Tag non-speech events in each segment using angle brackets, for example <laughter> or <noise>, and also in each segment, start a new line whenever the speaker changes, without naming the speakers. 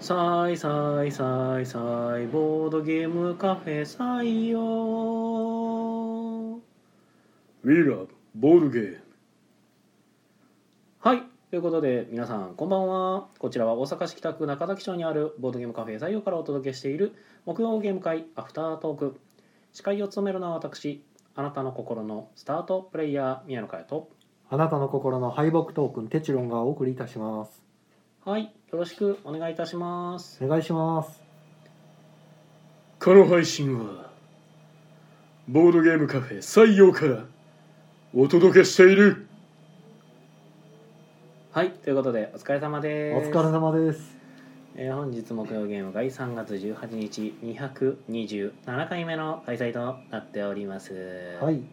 さいさいさいさいボードゲームカフェ採用
We love ボードゲーム
はいということで皆さんこんばんはこちらは大阪市北区中崎町にあるボードゲームカフェ採用からお届けしている木曜ゲーム会アフタートーク司会を務めるのは私あなたの心のスタートプレイヤー宮野佳代と
あなたの心の敗北トークンテチロンがお送りいたします。
はいよろしくお願いいたします
お願いします。
この配信はボードゲームカフェ採用からお届けしている
はいということでお疲れ様
お
です
疲れ様です。
えー本日木曜ゲーム会3月18日227回目の開催となっております
は、い、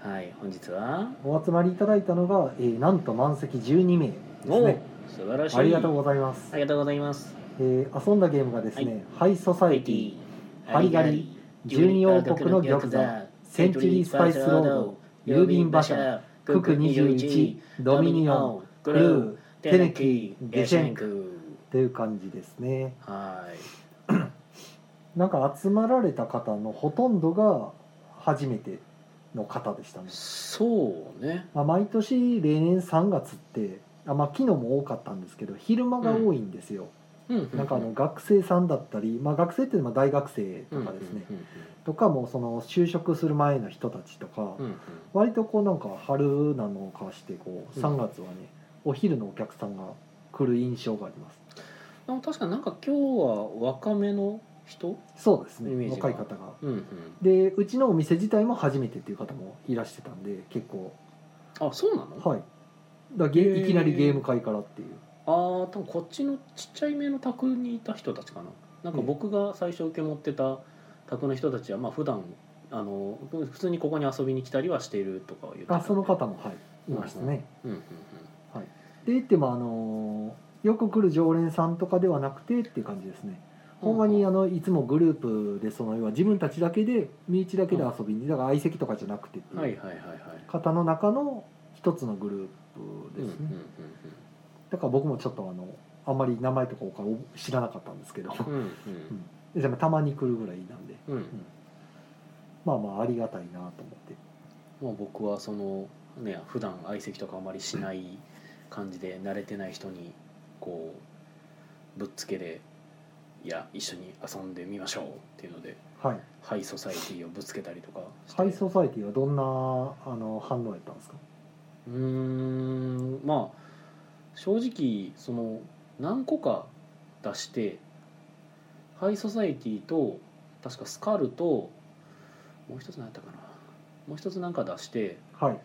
はい本日は
お集まりいただいたのが、えーなんと満席12名です
お
ね。
素晴らしい
ありがとうございます。
ありがとうございます
えー遊んだゲームがですね、ハイソサイティ、ハリガリ十二王国の玉座、センチュリースパイスロード、郵便馬車、クク21、ドミニオ
ン
ン、
ク
クル
ルー
ー
テネキー
ゲ
ゲ
シ
シ
ェ
ェ
ン
ンク
という感じですね。
はい
なんか集まられた方のほとんどが初めての方でしたね。
そうね
まあ、毎年例年3月ってあ、まあ、昨日も多かったんですけど昼間が多いんですよ、
うん
なんかあの学生さんだったり、まあ、学生っていうのは大学生とかですね、とかもうその就職する前の人たちとか、
うんうんうん
割とこうなんか春なのかしてこう
うん
3月はね、お昼のお客さんが来る印象があります
でも確かなんか今日は若めの人
そうです
イメ
ね
ージが
若い方が
うんうん
でうちのお店自体も初めてっていう方もいらしてたんで結構
あそうなの
はいだからゲ
へー
いきなりゲーム会からっていう
あー多分こっちのちっちゃいめの宅にいた人たちかななんか僕が最初受け持ってた宅の人たちはまあ普段あの普通にここに遊びに来たりはしているとかは言ってた
あその方もはいいましたね、
うんうん
で言ってもあのーよく来る常連さんとかではなくてっていう感じですね、
うん
ほんまにあのいつもグループでその要は自分たちだけで身内だけで遊びに、だから相席とかじゃなくてって
はいいうはいはいはい
方の中の一つのグループ
うん
で
うん
すね、
う
だから僕もちょっとあのあんまり名前とか他を知らなかったんですけど
んうん
ででもたまに来るぐらいなんで
うんうん
まあまあありがたいなと思って
まあ僕はそのね普段相席とかあまりしない感じで慣れてない人にこうぶっつけで「いや一緒に遊んでみましょう」っていうので
はい
ハイソサイティをぶつけたりとかして
ハイソサイティはどんなあの反応やったんですか
うーんまあ正直その何個か出してハイソサイティと確かスカルともう一つ何やったかなもう一つなんか出して
はい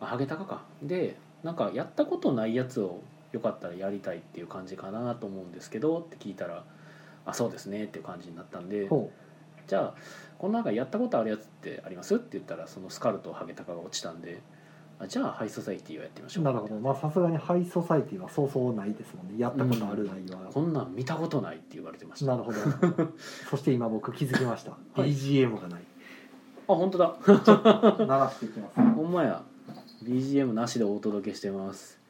あハゲタカかでなんかやったことないやつをよかったらやりたいっていう感じかなと思うんですけどって聞いたら「あそうですね」っていう感じになったんで
ほ
「じゃあこの中やったことあるやつってあります?」って言ったらそのスカルとハゲタカが落ちたんで「あじゃあハイソサイティをやってみましょ
う
う」
なるほどまあさすがにハイソサイティはそうそうないですもんねやったことある内容は、
こんなん見たことないって言われてました
な
あ
る
<laughs>
ほどそして今僕気づきました、 <laughs>
はい
BGM がない
本当だ
鳴らしていきます
ほんまや BGM なしでお届けしてます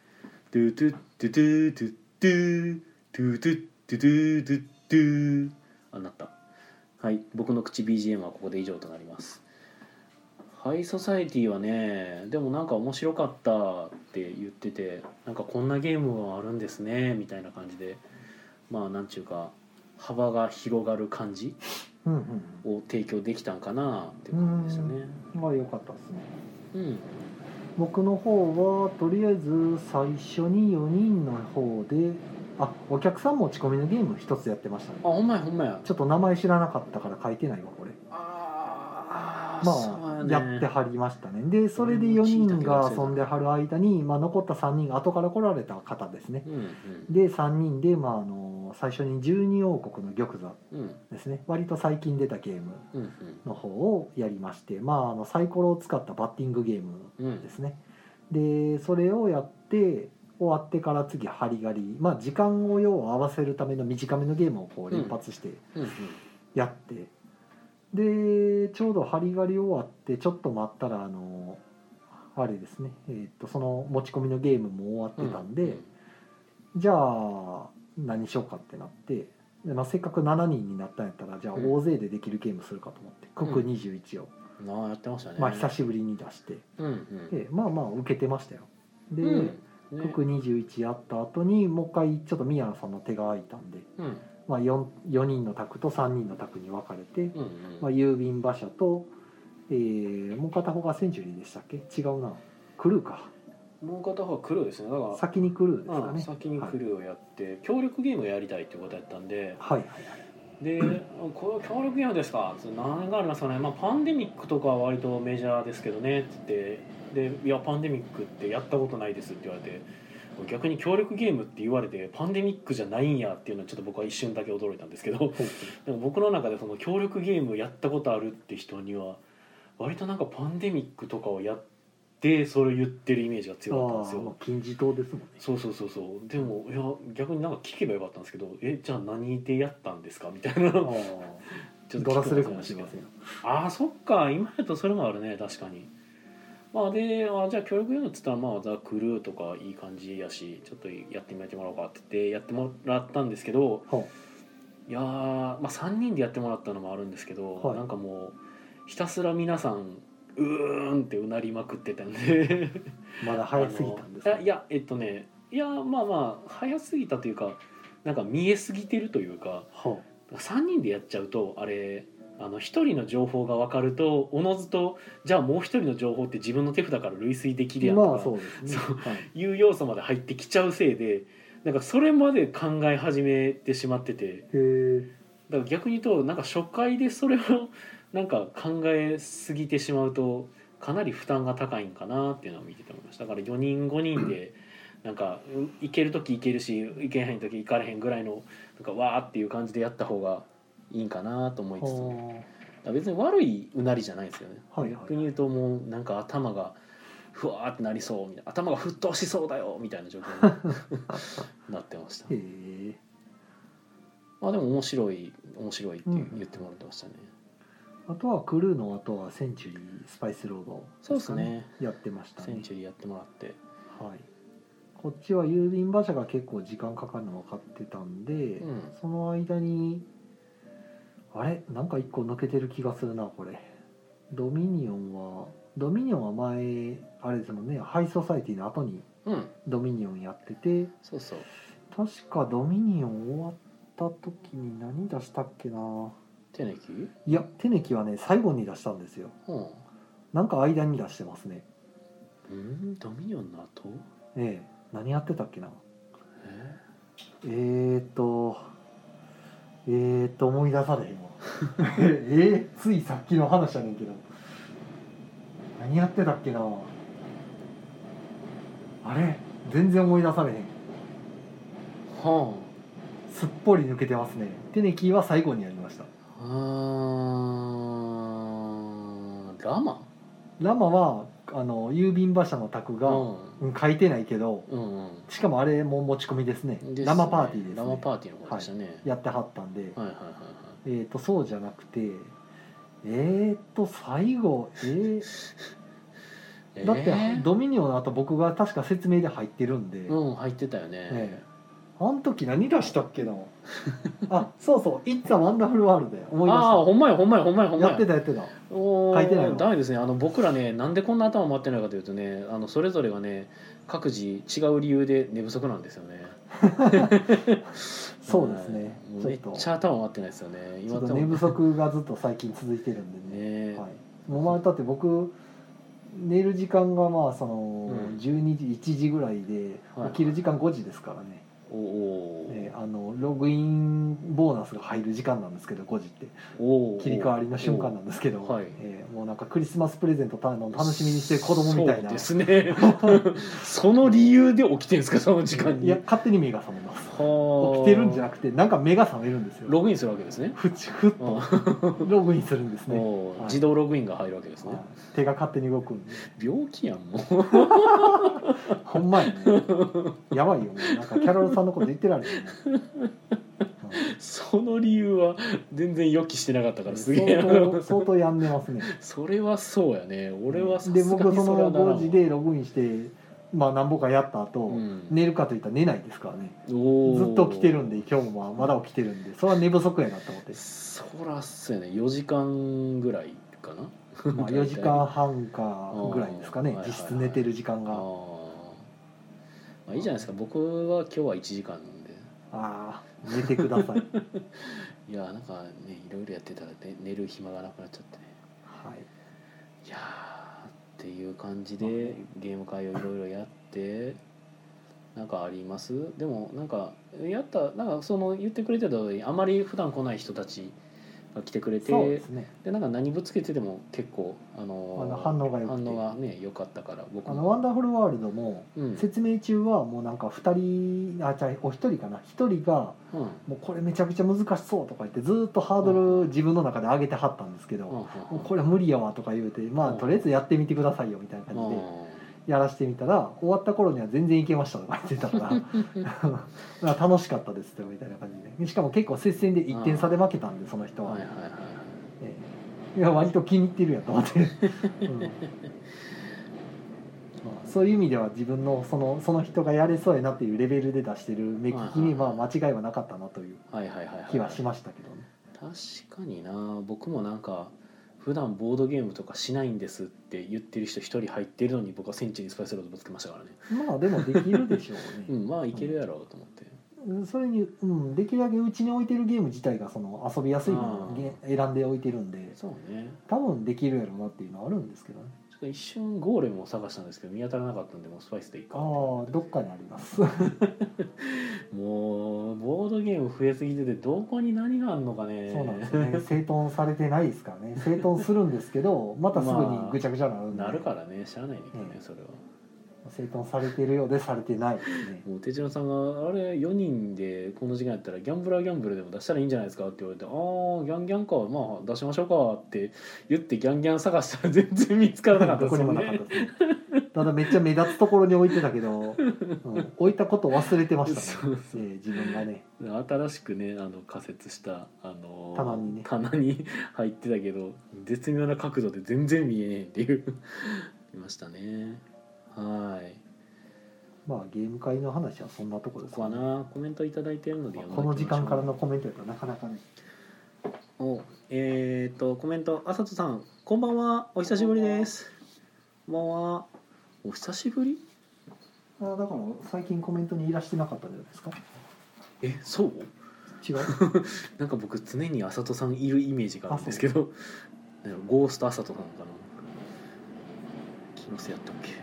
トゥトゥトゥトゥトゥトゥトゥトゥトゥトゥトゥトゥあなったはい僕の口 BGM はここで以上となりますハイソサイティはねでもなんか面白かったって言っててなんかこんなゲームはあるんですねみたいな感じでまあなんちゅうか幅が広がる感じ
うん
を提供できたんかなっていううん
うん
感じでしたね。
うんまあ良かったですね
うん、
僕の方はとりあえず最初に4人の方であお客さん持ち込みのゲーム一つやってましたね
あほんまやほんまや。
ちょっと名前知らなかったから書いてないわこれ
あー
まあ
そうや
やって
ね。
はりましたねでそれで
うん
4人
聞いた
が
けど
遊んではる間に、まあ、残った3人後から来られた方ですね
うん
で3人で、まあ、あの最初に十二王国の玉座
うんうん
ですね割と最近出たゲーム
うん
の方をやりまして、まあ、あのサイコロを使ったバッティングゲーム
うんうん
ですねでそれをやって終わってから次ハリガリ、まあ、時間を要は合わせるための短めのゲームをこう連発して
うん
やって、でちょうどハリガリ終わってちょっと待ったらあのあれですね、えーっとその持ち込みのゲームも終わ
う
っ
ん。
てたんで、じゃあ何しようかってなってで、まあ、せっかく7人になったんやったらじゃあ
うん
大勢でできるゲームするかと思って「クク21」を、
なあやってましたね
まあ、久しぶりに出して
うんうん
でまあまあ受けてましたよ。で、
うん
クク21やった後にもう一回ちょっと宮野さんの手が空いたんで、
うん
まあ、4, 4人の卓と3人の卓に分かれて、
うんう
まあ、
ん
郵便馬車と、えーもう片方がセンチュリーでしたっけ違うなクルーか
もう片方は黒ですねだから
先にクルーですか
うん
ね
先にクルーをやって協力ゲームをやりたいってことやったんで
はいはいはい
であ「これ協力ゲームですか?」つって何がありますかね、まあ、パンデミックとかは割とメジャーですけどね」っつって「でいやパンデミックってやったことないです」って言われて逆に協力ゲームって言われてパンデミックじゃないんやっていうのはちょっと僕は一瞬だけ驚いたんですけど <laughs> でも僕の中でその協力ゲームやったことあるって人には割となんかパンデミックとかをやってそれを言ってるイメージが強かったん
あ
です
あまあ
よ。
金字塔ですもんね
そうそうそうそうでもいや逆になんか聞けばよかったんですけど「えじゃあ何でやったんですか?」みたいな
ああ
ちょっと
ド
聞
ラ
く
ス
の忘
レか
れま
もし
したけ
れま
ど
せんよ
ああそっか今やとそれもあるね確かにまあであじゃあ協力用のっつったらまあザ・クルーとかいい感じやしちょっとやってみてもらおうかって言ってやってもらったんですけど
ほ
いやー、まあ、3人でやってもらったのもあるんですけど、
はい
なんかもうひたすら皆さんうーんってうなりまくってたんで
うまだ <laughs> 早すぎたんです
あのいやいやえっとねいやまあまあ早すぎたというかなんか見えすぎてるというか
ほ
3人でやっちゃうとあれあの1人の情報が分かるとおのずとじゃあもう1人の情報って自分の手札から類推できる
う
やんと
まあ
か
そうですね
そう
はい
いう要素まで入ってきちゃうせいでなんかそれまで考え始めてしまってて
へ
だから逆に言うとなんか初回でそれをなんか考えすぎてしまうとかなり負担が高いんかなっていうのを見てて思いましただから4人5人でなんかうん行ける時行けるし行けへん時行かれへんぐらいのなんかわーっていう感じでやった方がいいんかなと思いつつも
え
だから別に悪いうなりじゃないですよね
はいは
逆に言うともうなんか頭がふわーってなりそうみたいな頭が沸騰しそうだよみたいな状況になってました
<laughs> いへえ
まあでも面白い面白いって
うん
言ってもらってましたね、
あとはクルーの後はセンチュリースパイスロード
そうですね
やってました
セ
ね
ンチュリーやってもらって
はいこっちは郵便馬車が結構時間かかるの分かってたんで、
うん
その間にあれなんか一個抜けてる気がするなこれドミニオンはドミニオンは前あれですもんねハイソサイティの後に
うん
ドミニオンやってて
そうそう
確かドミニオン終わった時に何出したっけな
手抜き
いやテネキはね最後に出したんですよ
うん
なんか間に出してますね
うんドミニオンの後
ええ何やってたっけな
え
えー、っとえー、っと思い出されへんわえー、ついさっきの話やねんけど何やってたっけなあれ全然思い出されへん
は
すっぽり抜けてますねテネキーは最後にやりました
あうーんラマ
ラマはあの郵便馬車の卓が、うん書いてないけど
うんうんうん
しかもあれも持ち込みですね
ですね
ラマパーティーです、ね、
ラマパーティーのことでしたね、
やってはったんで、
はい、はいはいはい
えー、とそうじゃなくてえー、と最後えー
えー
だって、ドミニオンの後僕が確か説明で入ってるんで、
うん入ってたよね、
ええあの時何出したっけなあそうそう「It's a Wonderful World」で思い出
ああー
し
ほんまやほんまやほんまやほん
た
まや
やってたやってた
おー
書いてないの
ダメですねあの僕らねなんでこんな頭回ってないかというとねあのそれぞれがね各自違う理由で寝不足なんですよね
そうですね
はいもう
ちょ
め
っ
っ
と
ちゃ頭回ってないですよね
ち
今
ょっと
多
寝
分
不足がずっと最近続いてるんでね
ね
はい、もうまあだって僕寝る時間がまあその
うん
12時1時ぐらいで
はい
起きる時間5時ですからね、
おおー、
えーあのログインボーナスが入る時間なんですけど5時って
おお
切り替わりの瞬間なんですけど、
おーはい
えーもうなんかクリスマスプレゼントたの楽しみにしてる子供みたいな
そうですね <laughs> その理由で起きてるんですか <laughs> その時間に
いや勝手に目が覚めます
はあ
起きてるんじゃなくてなんか目が覚めるんですよ
ログインするわけですね
ふちふっ
うん
とログインするんですね、
おー
はい
自動ログインが入るわけですね、
はい手が勝手に動くんで
病気やんもう
ほんまやね。やばいよ、もうなんかキャロルさんのこと言ってられへんね。
その理由は全然予期してなかった
う
か
ん
らすげえな
相
<laughs>
当相当やんでますね。
それはそうやね俺はさす
で
が
僕
に
そ
それは
の
ならんわ
5時でログインしてまあ何本かやった後、
うん
寝るかといったら寝ないですからね
お
ずっと起きてる
ん、
んで今日もまだ起きてるんでそれは寝不足やなと思って
そらそうやね4時間ぐらいかな
まあ、4時間半かぐらいですかね実質寝てる時間
ああ
が
まあいいじゃないですか僕は今日は1時間なんで
ああ寝てください
いやーなんかねいろいろやってたら、ね、寝る暇がなくなっちゃってね
はい
いやーっていう感じでゲーム会をいろいろやってなんかありますでもなんかやったなんかその言ってくれてた通りあまり普段来ない人たちが来てくれて
そうですね
でなんか何ぶつけてでも結構あのー
あの反応が良くて
反応がね良かったから僕
あの「ワンダフルワールド」も
うん、うん、
説明中はもうなんか2人あじゃあお一人かな一人が
うん
もうこれめちゃくちゃ難しそうとか言ってずーっとハードル自分の中で上げてはったんですけど、もうこれ無理やわとか言うてまあ
うん
とりあえずやってみてくださいよみたいな感じでやらしてみたら終わった頃には全然いけましたとか言ってたから <laughs> まあ楽しかったですとみたいな感じでしかも結構接戦で1点差で負けたんでその人
うん
は、
はいはい
え
はい
えいや割と気に入ってるやんと
<laughs>
思って、うんまあ、そういう意味では自分のそのその人がやれそうやなっていうレベルで出してる目利きに
はい
ま
は
あ
い
間違いはなかったなという
はいはいはいはい
気はしましたけどね
確かにな僕もなんか普段ボードゲームとかしないんですって言ってる人一人入ってるのに僕はセンチにスパイスロードぶつけましたからね、
まあでもできるでしょ
う
うね、
ん、まあいけるやろ <laughs> うと思って、
それに、うん、できるだけうちに置いてるゲーム自体がその遊びやすいものをげ選んで置いてるんで
そうね
多分できるやろうなっていうのはあるんですけどね
ちょっと一瞬ゴーレムを探したんですけど見当たらなかったんでもうスパイスでいいか
ああどっかにあります
もうボードゲーム増えすぎててどこに何があるのかね
そうなんですよね整頓されてないですからね整頓するんですけどまたすぐにぐちゃぐちゃになるんで、
なるからね知らないんだけどね、
うん
それは
整頓されてるようでされてないですね
もう手品さんが「あれ4人でこの時間やったらギャンブラーギャンブルでも出したらいいんじゃないですか?」って言われて「ああギャンギャンかまあ出しましょうか」って言ってギャンギャン探したら全 <laughs> 然見つからなかった
どこにもな
よ
<laughs> かったですねただめっちゃ目立つところに置いてたけど、うん置いたこと忘れてましたね
そうそう
ええ自分がね
新しくねあの仮設した、あのー
棚にね
棚に <laughs> 入ってたけど絶妙な角度で全然見えねえって
<laughs>
いういましたねはい
まあゲーム会の話はそんなとこ
こ
ろです
こは
ね
なコメント頂いただいてるので
この時間から
の
のコメントやったらなかなかね
おえー、っとコメントあさとさんこんばんはお久しぶりですこんばんはお久しぶり
あだから最近コメントにいらしてなかったんじゃないですか
えそう
違う
なんか僕常にあさとさんいるイメージがあるんですけどなんかゴーストあさとさんかな気のせいやったっけ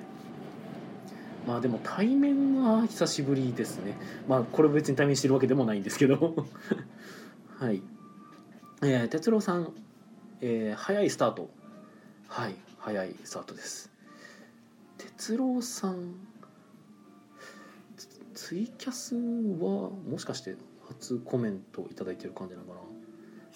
まあでも対面は久しぶりですねまあこれ別に対面してるわけでもないんですけど <laughs> はいえー、哲郎さん、えー早いスタートはい早いスタートです哲郎さんツツイキャスはもしかして初コメントいただいてる感じなのかな <laughs>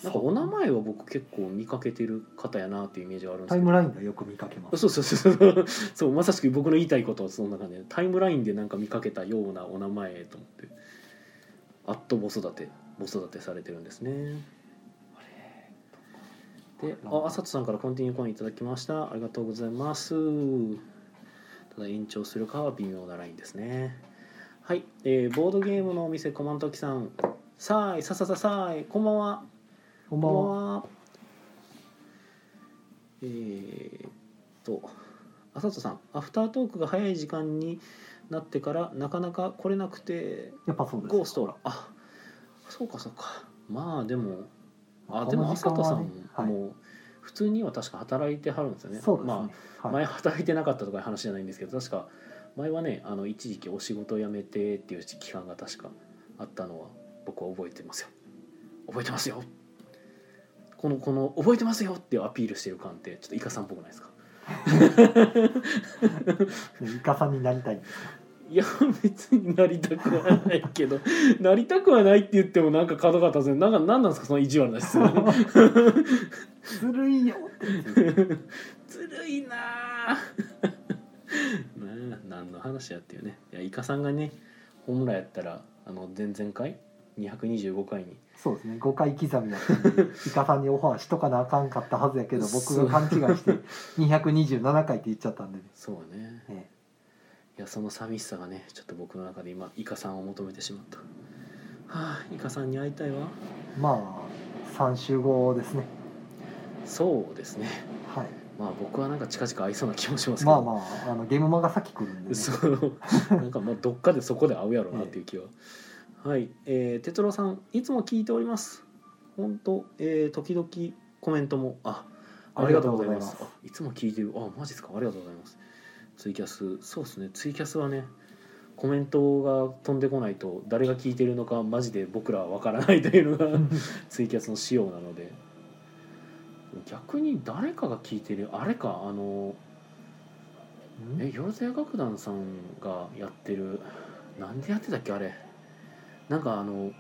なんかお名前は僕結構見かけてる方やなっていうイメージがあるんです
タ
け
イ
ど
ムラインがよく見かけます
そうそうそうそうそうまさしく僕の言いたいことはそんな感じでタイムラインでなんか見かけたようなお名前と思ってあっと子育て子育てされてるんですねでああさとさんからコンティニューコインいただきましたありがとうございますただ延長するかは微妙なラインですねはい、えーボードゲームのお店コマントキさんさーいささささーいこんばんは
こんば
こんば
んは
んは。えーっと、あさとさん、アフタートークが早い時間になってから、なかなか来れなくて、
やっぱそうです
ゴーストラ。あ、そうかそうか。まあでも、あ、でもあさ
こ
と
の時
さ
間は
ん
ねはい
も、普通には確か働いてはるんですよね。
そうです
ま
ね、
あ、
は
前
い、
働いてなかったとかいう話じゃないんですけど、確か、前はね、あの一時期お仕事を辞めてっていう期間が確かあったのは、僕は覚えてますよ。覚えてますよこのこの覚えてますよっていうアピールしてる感ってちょっとイカさんっぽくないですか
イカさんになりたい
いや別になりたくはないけ <laughs> どなりたくはないって言ってもなんか角が立つねなんか何なんですかその意地悪な質問
ずるいよ
ずるいな <laughs> あなあ何の話やっていうねいやイカさんがね本来やったらあの前々回225回に
そうですね5回刻みだったんでイカさんにオファーしとかなあかんかったはずやけど僕が勘違いして227回って言っちゃったんでね
そうね
え
いやその寂しさがねちょっと僕の中で今イカさんを求めてしまったはあイカさんに会いたいわ
まあ3週後ですね
そうですね
はい
まあ僕はなんか近々会いそうな気もしますけど
まあまああのゲームマがさっき来るんで、ね、
そうなんかまあどっかでそこで会うやろうなっていう気は、はいえー、哲郎さんいつも聞いております本当えー、時々コメントもあありがとうございますあいつも聞いてるあマジですかありがとうございますツイキャスそうですねツイキャスはねコメントが飛んでこないと誰が聞いてるのかマジで僕らは分からないというのが <laughs> ツイキャスの仕様なので逆に誰かが聞いてるあれかあのえよろずや楽団さんがやってるなんでやってたっけあれなんかあの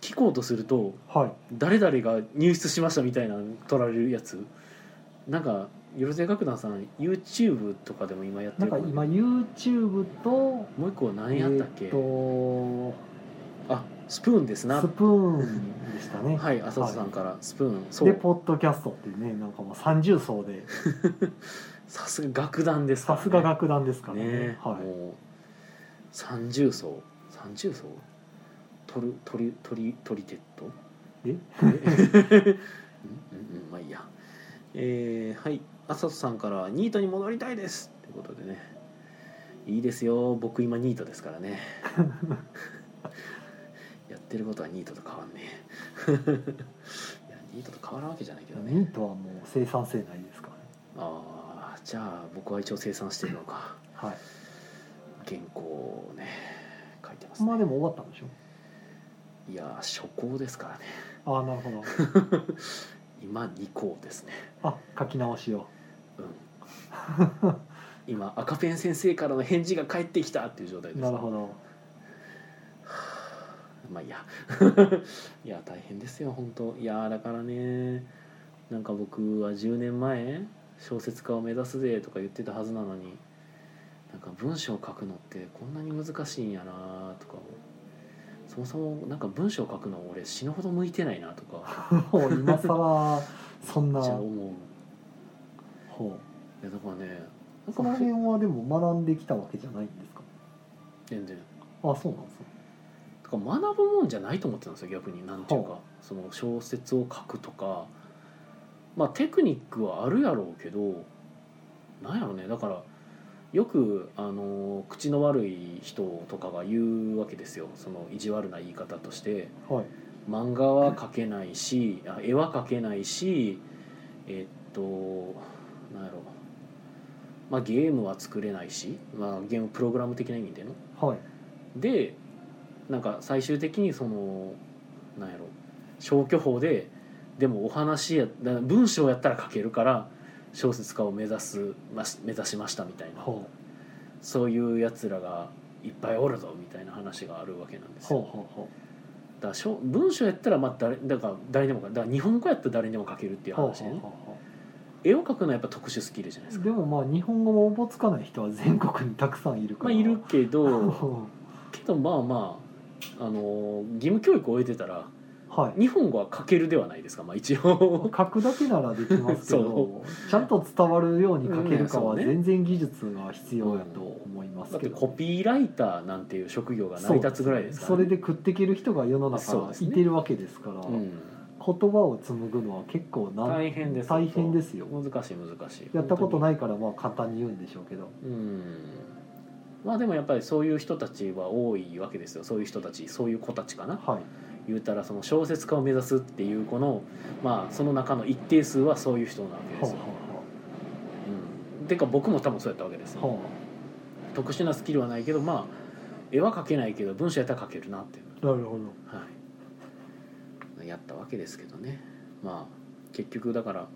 聞こうとすると
はい
誰々が入室しましたみたいなの取られるやつなんかよろずや楽団さん YouTube とかでも今やって
なん
る
か
も
今 YouTube と
もう一個は何やったっけ、
えーっ
あスプーンです
と
な
スプーンでしたね
はい浅田さんからスプーン、そ
で
う
ポッドキャストっていうねなんかもう30層で
さすが楽団ですから
さ
ね
すが楽団ですからね
ね、
はい
もう30層30層トルトリトリトリテッド
え
<laughs> うんうんうんまあいいやえー、はいあさとさんから「ニートに戻りたいです」ということでねいいですよ僕今ニートですから
<laughs>
ねやってることはニートと変わんね <laughs> えいやニートと変わらんわけじゃないけどね
ニートはもう生産性ないですからね
ああじゃあ僕は一応生産してるのか
はい
原稿をね書いてます、ね
まあでも終わったんでしょ
いやー初稿ですからね
ああなるほど
今2稿ですね
<laughs> あ書き直しを
うん
<laughs>
今赤ペン先生からの返事が返ってきたっていう状態です
なるほど
まあいいや <laughs> いや大変ですよ本当いやーだからねなんか僕は10年前小説家を目指すぜとか言ってたはずなのになんか文章を書くのってこんなに難しいんやなとかそもそもなんか文章を書くの俺死ぬほど向いてないなとか
もう今更そん
め
な
っちゃ思う
ほ
いやだからね
うその辺はでも学んできたわけじゃないんですか
全然
あそうなんですね
だから学ぶもんじゃないと思ってたんですよ逆になんていうか
は
その小説を書くとかまあテクニックはあるやろうけどなんやろねだからよくあの口の悪い人とかが言うわけですよその意地悪な言い方として
はい
漫画は描けないしあ絵は描けないしえっとなんやろまあゲームは作れないし、まあ、ゲームプログラム的な意味での
はい
でなんか最終的にそのなんやろ消去法ででもお話やだ文章やったら書けるから小説家を目指すまし目指しましたみたいな
ほ
そういうやつらがいっぱいおるぞみたいな話があるわけなんで
う
す
ほう
よ
ほうほ
だからしょ文章やったらまあ誰だから誰でもかだから日本語やったら誰にでも書けるっていう
うほう
話
ほ
で
う
ね
ほ
絵を描くのはやっぱ特殊スキルじゃないうですか
でもまあ日本語もおぼつかない人は全国にたくさんいるか
ま
ら
あいるけど
ほ
けどまあまああの義務教育を終えてたら
う <laughs> はい
日本語は書けるではないですか、まあ、一応
書くだけならできますけ
そ
どちゃんと伝わるように書けるか
う
は
んそうね
全然技術が必要やと思います
だって
けど、
コピーライターなんていう職業が成り立つぐらいですから
そ
ね、
れで食っていける人が世の
そう
中
ですね
いてるわけですから
うん、
言葉を紡ぐのは結構なん
大変です
大変ですよ
難しい難しい
やったこと
い
ないからまあ簡単に言うんでしょうけど
うんまあでもやっぱりそういう人たちは多いわけですよそういう人たちそういう子たちかな
はい
言うたらその小説家を目指すっていう子のまあその中の一定数はそういう人なわけで
は
すよ、うん、てか僕も多分そうやったわけです
あ
よ
はあは
特殊なスキルはないけどまあ絵は描けないけど文章やったら描けるなっていう
あなるほど
はい、やったわけですけどねまあ結局だから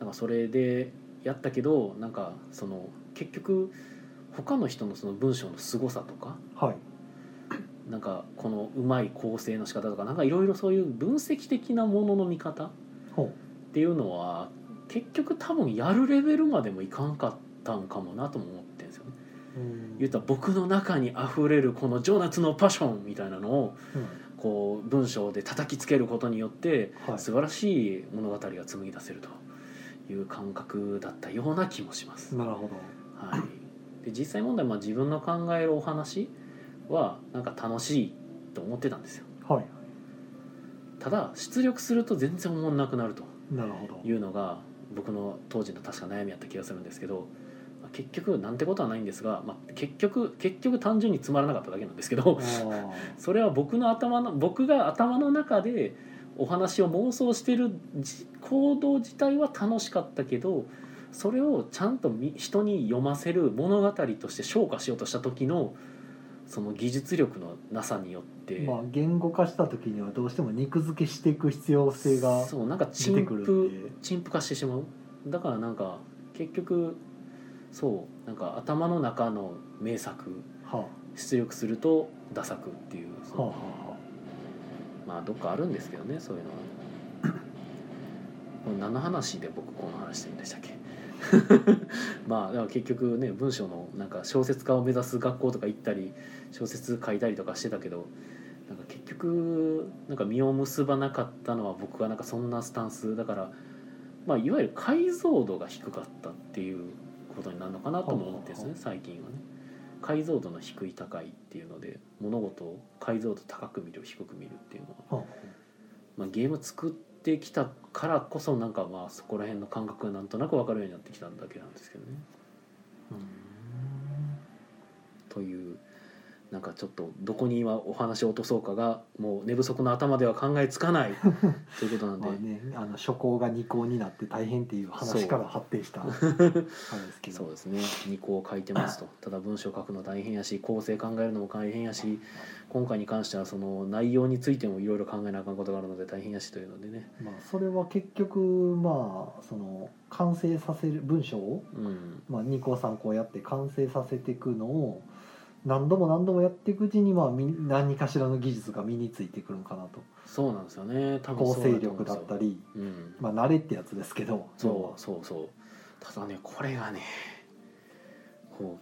なんかそれでやったけどなんかその結局他の人のその文章の凄さとか
はい
なんかこのうまい構成の仕方とかなんかいろいろそういう分析的なものの見方っ
ほう
ていうのは結局多分やるレベルまでもいかんかったんかもなとも思ってんですよね。
うん
言ったら僕の中に溢れるこのジョナツのパッションみたいなのを
うん
こう文章で叩きつけることによって
はい
素晴らしい物語が紡ぎ出せるという感覚だったような気もします。
なるほど
はい、で実際問題まあ自分の考えるお話はなんか楽しいと思ってたんですよ
は
ただ出力すると全然思んなくなると
いなるほど
いうのが僕の当時の確か悩みやった気がするんですけどまあ結局なんてことはないんですが、まあ、結局結局単純につまらなかっただけなんですけど
あー
それは僕の頭の僕が頭の中でお話を妄想してるじ行動自体は楽しかったけどそれをちゃんとみ人に読ませる物語として昇華しようとした時のその技術力のなさによって、
まあ言語化した時にはどうしても肉付けしていく必要性が
そうなんか
出てく
陳
る
腐
んで
陳腐化してしまうだからなんか結局そうなんか頭の中の名作
は
出力するとダ作っていうそ
あはあ
の
はあは
まあどっかあるんですけどねそういうのは。これ何の話で僕この話してるんでしたっけ <laughs> まあだから結局ね文章のなんか小説家を目指す学校とか行ったり小説書いたりとかしてたけどなんか結局なんか実を結ばなかったのは僕がなんかそんなスタンスだから、まあ、いわゆる解像度が低かったっていうことになるのかなとも思ってるんですね
は
最近はね。解像度の低い高いっていうので物事を解像度高く見る低く見るっていうのは
あは
まあ、ゲーム作ってきたからこそなんかまあそこら辺の感覚がなんとなく分かるようになってきただけなんですけどね。
あう
というなんかちょっとどこに今お話を落とそうかがもう寝不足の頭では考えつか
<laughs>
ないということなん
ーん
で、
まあねあの初行が二行になって大変っていう話から発
<laughs>
展したあれですけ
そう
ど
ですね2個を書いてますとただ文章書くの大変やし構成考えるのも大変やし今回に関してはその内容についてもいろいろ考えなあかんことがあるので大変やしというのでね。
まあそれは結局まあその完成させる文章を
うん
まあ、2個3個やって完成させていくのを何度も何度もやっていくうちに、まあ、み何かしらの技術が身についてくるのかなと
そうなんですよね多分
構
そう
成
と思うんで
力
す
だ
よ
ったり、
うん、
まあ、慣れってやつですけど
そうそうそうただねこれがねこ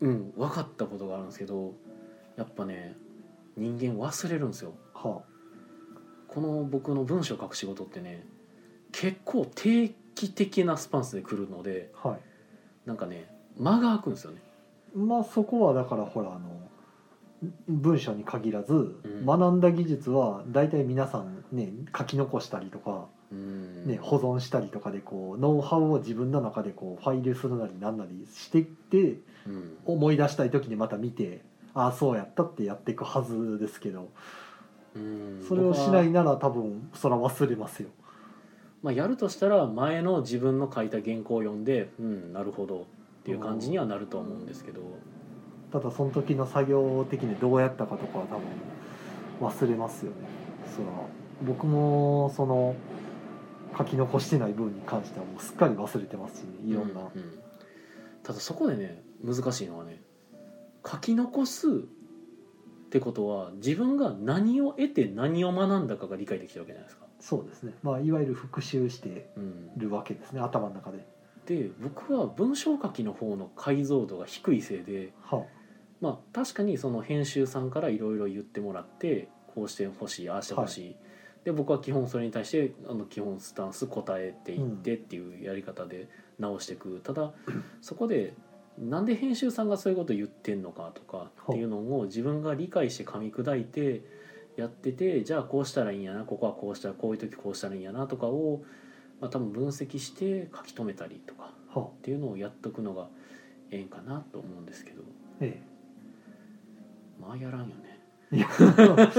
ううん分かったことがあるんですけどやっぱね人間忘れるんですよ
要はは
この僕の文章書く仕事ってね結構定期的なスパンスで来るので
あはい
なんかね間が空くんですよね
まあそこはだからほらあの文章に限らず、
ん
学んだ技術は大体皆さんね書き残したりとか、
うん
ね保存したりとかでこうノウハウを自分の中でこうファイルするなりなんなりしていって
うん
思い出したい時にまた見てああそうやったってやっていくはずですけど
うん
それをしな
僕
い
は
なら多分そら忘れますよ
まあ、やるとしたら前の自分の書いた原稿を読んでうんなるほどっていう感じにはなるとは思うんですけど
ただその時の作業的にどうやったかとかは多分忘れますよねそら僕もその書き残してない分に関してはもうすっかり忘れてますしねいろんな、
うんうんただそこでね難しいのはね書き残すってことは自分が何を得て何を学んだかが理解できてるわけじゃないですか。
そうですねまあいわゆる復習して
うん、
るわけですね頭の中で
で僕は文章書きの方の解像度が低いせいで、
は
まあ、確かにその編集さんからいろいろ言ってもらってこうしてほしいああしてほしい、で僕は基本それに対してあの基本スタンス答えていってっていうやり方で直していく、ただ <clears throat> そこでなんで編集さんがそういうこと言ってんのかとかっていうのを自分が理解して噛み砕いてやっててじゃあこうしたらいいんやなここはこうしたらこういう時こうしたらいいんやなとかを、まあ、多分分析して書き留めたりとか
あはあ
っていうのをやっとくのがええんかなと思うんですけど。
え
まあやらんよね、
えいや <laughs>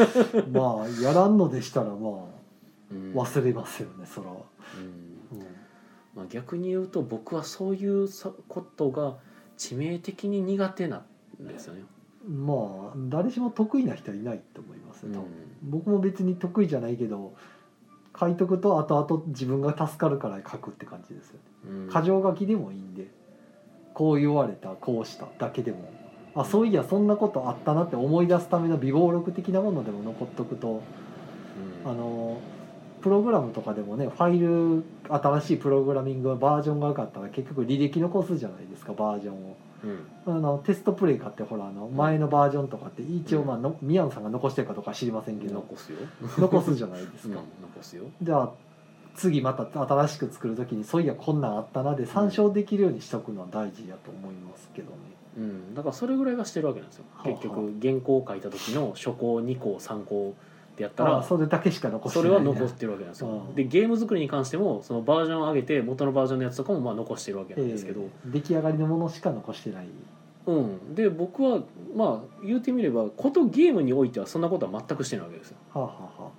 まあやらんのでしたらまあ
うん
忘れますよねそらは、
うん
うん
まあ、逆に言うと僕はそういうさことが致命的に苦手なんですよね、
まあ誰しも得意な人はいないと思います
うん
ね、多分僕も別に得意じゃないけど書いとくと後々自分が助かるから書くって感じですよね
うん
箇条書きでもいいんでこう言われたこうしただけでもあそういやそんなことあったなって思い出すための備忘録的なものでも残っとくと
うん
あのプログラムとかでもねファイル新しいプログラミングバージョンが上がったら結局履歴残すじゃないですかバージョンを。
うん
あのテストプレイかってほらあの前のバージョンとかって一応まあの宮野さんが残してるかどうかは知りませんけど
残すよ、
残すじゃないで
う
す
ん、
か
残すよ
じゃあ次また新しく作る時にそういやこんなんあったなで参照できるようにしとくのは大事やと思いますけどね。
うん、だからそれぐらいはしてるわけなんですよ
はあはあ
結局原稿を書いた時の初稿2稿3稿でやった
あ
ら
あそれだけしか残して
そ
な
れ
いな
は残ってるわけなんですよ
うん
でゲーム作りに関してもそのバージョンを上げて元のバージョンのやつとかもまあ残してるわけなんですけど、
ええ出来上がりのものしか残してない。
うん、で僕はまあ言うてみればことゲームにおいてはそんなことは全くしてないわけですよ
はあ、はあはあ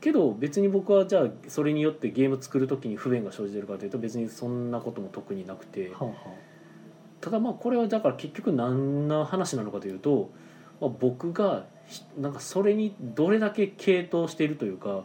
けど別に僕はじゃあそれによってゲーム作る時に不便が生じてるかというと別にそんなことも特になくて
はあは
ただまあこれはだから結局何の話なのかというと、まあ、僕がひなんかそれにどれだけ傾倒しているというか
あは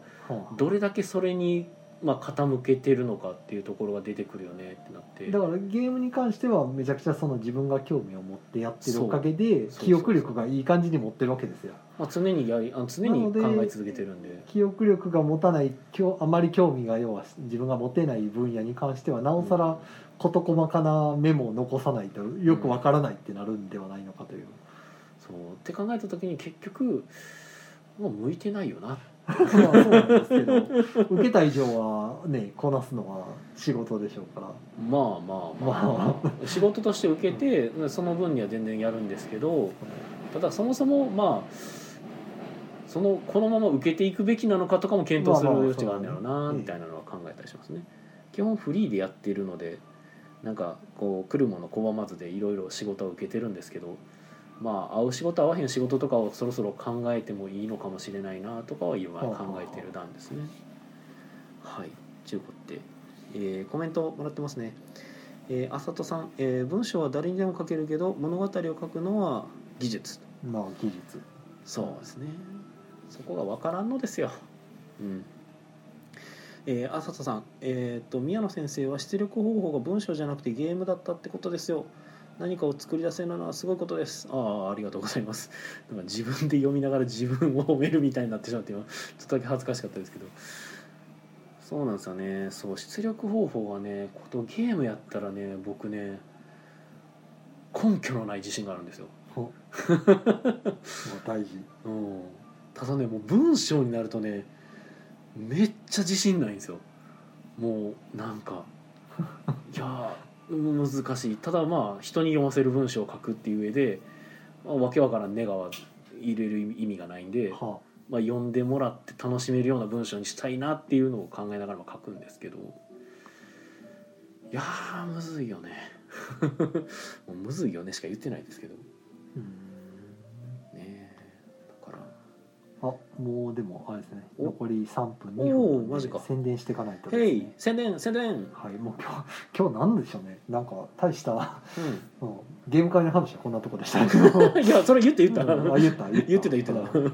あ
どれだけそれにまあ傾けてるのかっていうところが出てくるよねってなって
だからゲームに関してはめちゃくちゃその自分が興味を持ってやってるおかげ
そう
で
そう
記憶力がいい感じに持ってるわけですよ
まあ、常にやりあの常
な
に
ので
考え続けてるんで
記憶力が持たないきょあまり興味が要は自分が持てない分野に関してはなおさら事細かなメモを残さないとよくわからないってなるんではないのか
<laughs>
という、
そうって考えた時に結局もう向いてないよな
まあそうなんですけど受けた以上はねこなすのは仕事でしょうから
まあまあまあ、まあ、仕事として受けてその分には全然やるんですけどただそもそもまあそのこのまま受けていくべきなのかとかも検討する
まあまあ
余地があるんだろう
そうだ
な
ね
みたいなのは考えたりしますね。基本フリーでやってるのでなんかこう来るもの拒まずでいろいろ仕事を受けてるんですけどまあ合う仕事合わへん仕事とかをそろそろ考えてもいいのかもしれないなとかは今考えてる段ですね。はい中古って、えーコメントもらってますね。えー、あさとさん、えー文章は誰にでも書けるけど物語を書くのは技術
まあ技術
そうですねそこが分からんのですようんえー、あさとさん、えー、と宮野先生は出力方法が文章じゃなくてゲームだったってことですよ何かを作り出せるのはすごいことですああありがとうございます <laughs> なんか自分で読みながら自分を褒めるみたいになってしまって今ちょっとだけ恥ずかしかったですけどそうなんですよねそう出力方法はねことゲームやったらね僕ね根拠のない自信があるんですよ
も大事
うん、ただねもう文章になるとねめっちゃ自信ないんですよもうなんかいやー難しいただまあ人に読ませる文章を書くっていう上で、まあ、わけわからんネガは入れる意味がないんで、
は
まあ、読んでもらって楽しめるような文章にしたいなっていうのを考えながらも書くんですけどいやーむずいよねもうむずいよねしか言ってないですけど
あ、うん
ねだから
あもうでもあれですね
お
残り3分
おー
2分
マジか
宣伝していかないとですね
ヘイ宣伝宣伝
はいもう今日今日なんでしょうねなんか大した、 <laughs>
う
うん、ゲーム会の話はこんなとこでしたけど
ん、いやそれ言って言った、
うんあ言った
言ってた言ってた
うん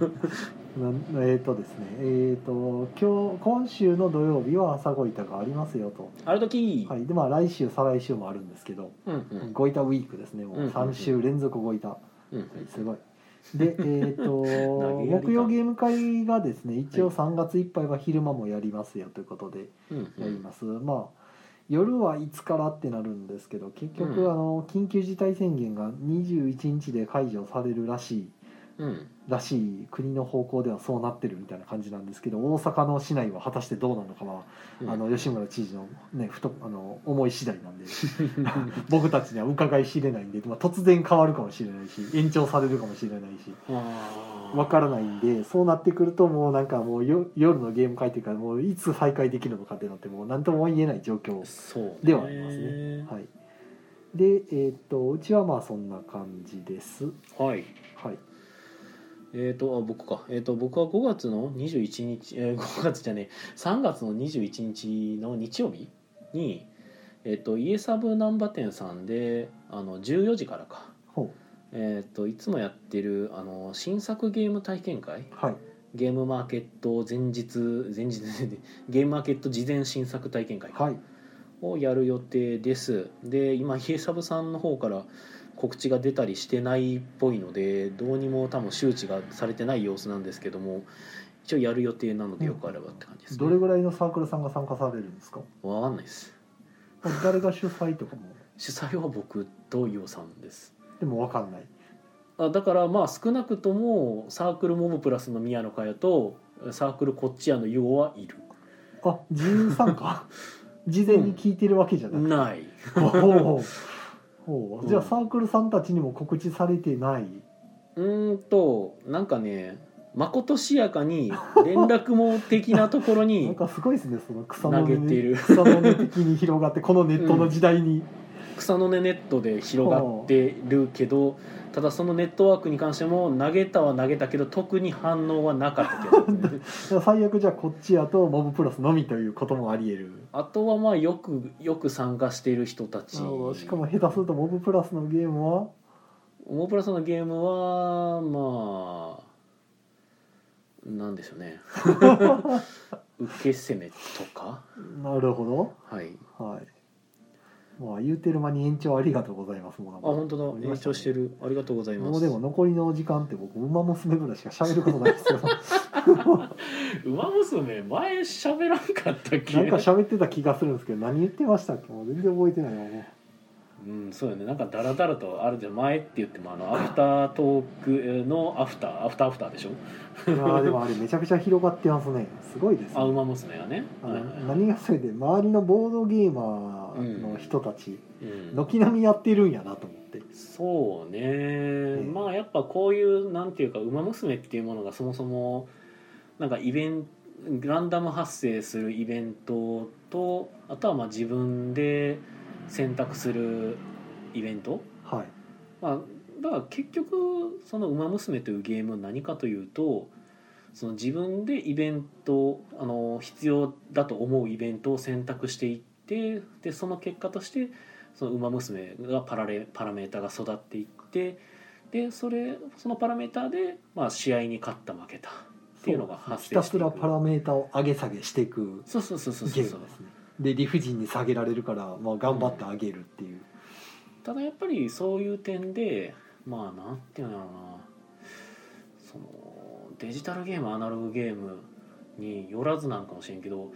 なえっ、とですねえっ、と今日今週の土曜日は朝ごいたがありますよと、
ある時、
はい、でまあ来週再来週もあるんですけど
うんうん
ごいたウィークですね
う
も
んうんう
うん3週連続ごいた、
うん
すごい。で、えっ、と
<laughs> 投げやりか
木曜ゲーム会がですね、一応
はい
3月いっぱいは昼間もやりますよということで
うんう
やり
ん
ます。まあ夜はいつからってなるんですけど、結局、
うん
あの緊急事態宣言が21日で解除されるらしい。
うん
らしい国の方向ではそうなってるみたいな感じなんですけど大阪の市内は果たしてどうなのかは、
うん
あの吉村知事の,、ね、ふとあの思い次第なんで僕たちには伺い知れないんで、まあ、突然変わるかもしれないし延長されるかもしれないし
あー
わからないんでそうなってくるともうなんかもうよ夜のゲーム会というかもういつ再開できるのかってなってもう何とも言えない状況、は
そうね
ではありますねい、でえーっとうちはまあそんな感じです
はい、
はい
えっ、とあ僕かえっ、と僕は5月の21日、えー、5月じゃねえ3月の21日の日曜日にえっ、と家サブ難波店さんであの14時からか
ほ
えっ、といつもやってるあの新作ゲーム体験会
うはい
ゲームマーケット前日前日 <laughs> ゲームマーケット事前新作体験会
はい
をやる予定ですで今イエサブさんの方から告知が出たりしてないっぽいのでどうにも多分周知がされてない様子なんですけども一応やる予定なのでよくあればって感じです、ね、
どれぐらいのサークルさんが参加されるんですか
わかんないです
誰が主催とかも
主催は僕とイオさんです
でも分かんない
あだからまあ少なくともサークルモブプラスの宮野佳代とサークルこっちやのユオはいる
あ13か
<laughs>
事前に聞いてるわけじゃなくて、
ない
ほうほうじゃあ
うん
サークルさんたちにも告知されてないう
ーんとなんかねまことしやかに連絡網的なところ
<laughs> なん
に
かすごいですねその草の根
投げてる
草の根的に広がってこのネットの時代に、
草の根ネットで広がってるけどただそのネットワークに関しても投げたは投げたけど特に反応はなかったけど、
<laughs> 最悪じゃあこっちやとモブプラスのみということもありえる
あとはまあよくよく参加している人たち
なるほどしかも下手するとモブプラスのゲームは
オモプラさんのゲームはまあなんでしょう
<laughs>
ね受け攻めとか
なるほ
はい
どはいまあ言うてる間に延長ありがとうございますもう
あ本当だ延長してるありがとうございま
もう
す
でも残りのお時間って僕「ウマ娘」ぐらいしか喋ることないです
<laughs>
よな
馬娘前喋らんかったっけ
んか喋ってた気がするんですけど何言ってましたっけもう全然覚えてないわも
うんそうよねなんかダラダラとあれで前って言ってもあのアフタートークのアフターアフターアフターでしょ
ういやーでもあれめちゃくちゃ広がってますねすごいです
あ
ね
馬娘はね
あ
はいはい
の
はい
何がそれで周りのボードゲーマーの人たち
うん
軒並みやってるんやなと思って
そうね、
え
まあやっぱこういうなんていうか「ウマ娘」っていうものがそもそもなんかイベントランダム発生するイベントとあとはまあ自分で選択するイベント、
はい
まあ、だから結局その「ウマ娘」というゲームは何かというとその自分でイベントあの必要だと思うイベントを選択していってでその結果としてその「ウマ娘」がパラレパラメータが育っていってでそれそのパラメータで、まあ、試合に勝った負けたっていうのが発
ひ
生
た
して
す
い
ら
く
パラメータを上げ下げしていく
そうそうそうそう
ゲ
そう
ームですねで理不尽に下げられるから、まあ、頑張って上げるっていう、
ただやっぱりそういう点でまあなんていうんだろうなそのデジタルゲームアナログゲームによらずなんかもしれんけど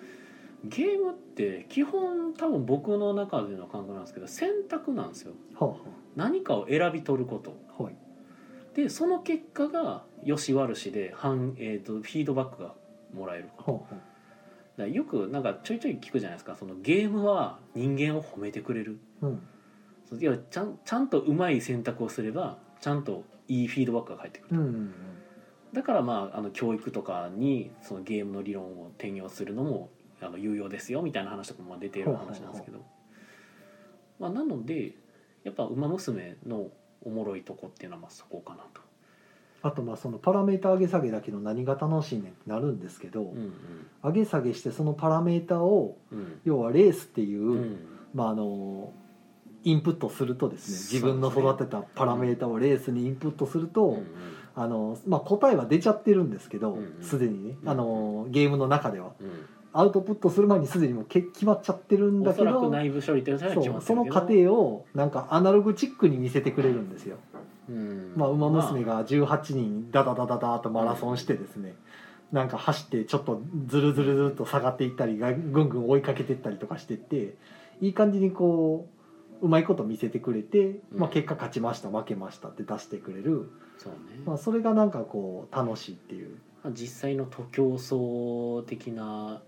ゲームって基本多分僕の中での感覚なんですけど選択なんですよ
は
何かを選び取ること
あはあはい
でその結果が良し悪しで反、えー、とフィードバックがもらえること
はあはあ
だからよくなんかちょいちょい聞くじゃないですかそのゲームは人間を褒めてくれる
うん
そういやちゃんちゃんとうまい選択をすればちゃんといいフィードバックが返ってくる
うんうん
だからまああの教育とかにそのゲームの理論を転用するのもあの有用ですよみたいな話とかもまあ出ている話なんですけど、まあ、なのでやっぱ「ウマ娘」のおもろいとこっていうのはまあそこかなと。
あとまあそのパラメータ上げ下げだけど何が楽しいねんってなるんですけど、
うん
上げ下げしてそのパラメータを
うんうん
要はレースっていう、
うん
まああのインプットするとですね
そうですね
自分の育てたパラメータをレースにインプットすると、
うん
あのまあ、答えは出ちゃってるんですけど
うんうん
すで、にね
うん
あのゲームの中では
うん
アウトプットする前にすでにもうけ決まっちゃってるん
うんお
だけ
そら
ど
く内部処理というのは決
そ
ま
う
ってるけ
そ
ど
の過程をなんかアナログチックに見せてくれるんですよ。
うん
まあ、馬娘が18人ダダダダダーとマラソンしてですねなんか走ってちょっとズルズルズルっと下がっていったりがぐんぐん追いかけてったりとかしてっていい感じにこううまいこと見せてくれて、まあ、
うん
結果勝ちました負けましたって出してくれる、
そうね、
まあ、それがなんかこう楽しいっていう
まあ実際の徒競走的な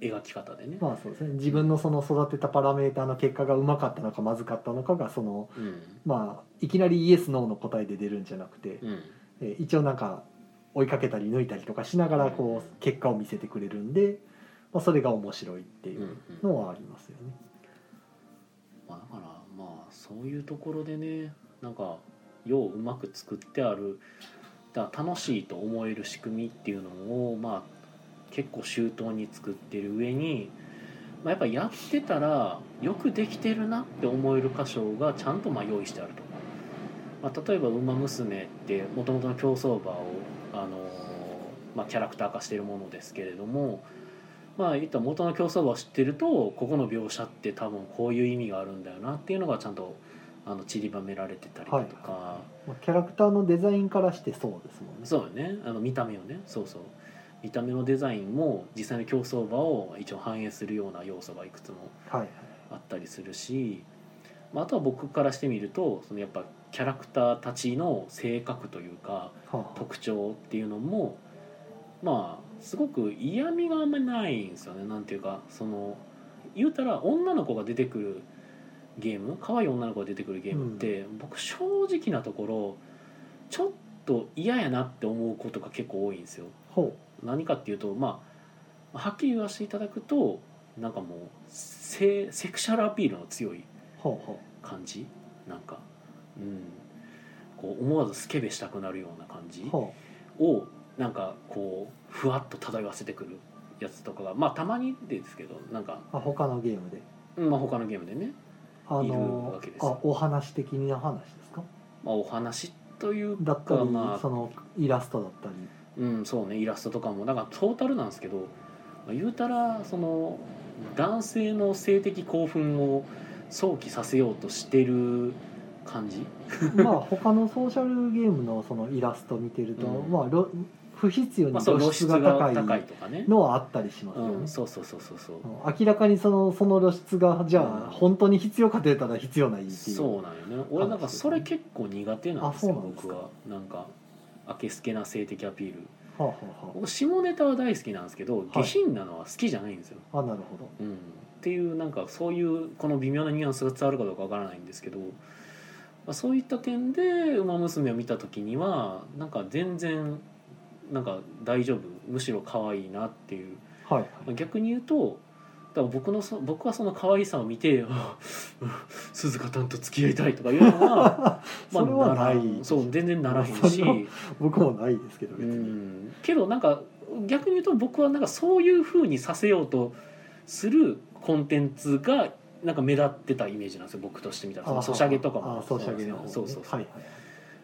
描き方でね、
まあそうですね自分のその育てたパラメーターの結果がうまかったのかまずかったのかがその
うん
まあいきなりイエスノーの答えで出るんじゃなくて、
うん
えー一応なんか追いかけたり抜いたりとかしながらこう結果を見せてくれるんで、まあ、それが面白いって
う
い
んう
うんのはありますよね。
まあ、だからまあそういうところでねなんかよううまく作ってあるだから楽しいと思える仕組みっていうのをまあ結構周到に作ってる上に、まあ、やっぱやってたらよくできてるなって思える箇所がちゃんとまあ用意してあると。まあ、例えば「ウマ娘」ってもともとの競走馬を、あのーまあ、キャラクター化しているものですけれども、まあ、言ったら元の競走馬を知ってるとここの描写って多分こういう意味があるんだよなっていうのがちゃんとあの散りばめられてたりだとか、
まあ、キャラクターのデザインからしてそうですもんね。
そうよねあの見た目をねそうそう見た目のデザインも実際の競走馬を一応反映するような要素がいくつも
はいはい
あったりするし、まあ、あとは僕からしてみるとそのやっぱキャラクターたちの性格というか
はあはあ
特徴っていうのも、まあすごく嫌味があんまりないんですよねなんていうかその言うたら女の子が出てくるゲーム可愛い女の子が出てくるゲームって、僕正直なところちょっと嫌やなって思うことが結構多いんですよ。
ほ
何かっていうとまあはっきり言わせていただくとなんかもうセセクシャルアピールの強いう
ほうほ
感じなんか、うん、こう思わずスケベしたくなるような感じ
うほ
をなんかこうふわっと漂わせてくるやつとかがまあたまにですけどなんか、
うあ他のゲームで
うんまあ、他のゲームでね、
あ
いる
の
わけですよ
あお話的な話ですか
まあ、お話という
だ
か
ったり、
まあ
そのイラストだったり
うん、そうねイラストとかもだからトータルなんですけど、まあ言うたらその男性の性的興奮を想起させようとしてる感じ
まあ他のソーシャルゲームのそのイラスト見てると、
うん
まあろ不必要に
まあ、そう
露
露
出
出
が
が
高
高い
い
とかね、
のはあったりしますよね、
うん、そうそうそうそうそう
明らかにそのその露出がじゃ
う
あ
ん
本当に必要かと言ったら必要ないっていう
そうなんよね俺なんかそれ結構苦手なんです
あ
よ
そうなんです
僕
か
はなんかあけすけな性的アピール
はあ、はあは
僕下ネタは大好きなんですけど
は
下
い
品なのは好きじゃないんですよ、
あ、あなるほど
うん、っていうなんかそういうこの微妙なニュアンスが伝わるかどうかわからないんですけど、まあ、そういった点で「ウマ娘」を見た時にはなんか全然なんか大丈夫むしろ可愛いなっていう
はい
まあ逆に言うとだから僕のそ僕はその可愛さを見て <laughs> あ「鈴鹿たんと付き合いたい」とかいうのは、
<laughs> はい
まあ、
それはない
らんそう全然ならへん
そ
し
れ、は僕もないですけど
う
別に、
ん、けどなんか逆に言うと僕はなんかそういうふうにさせようとするコンテンツがなんか目立ってたイメージなんですよ僕としてみたらそのソシャゲとかも
あソシャゲの方、ね、
そうそうそう、
はいはい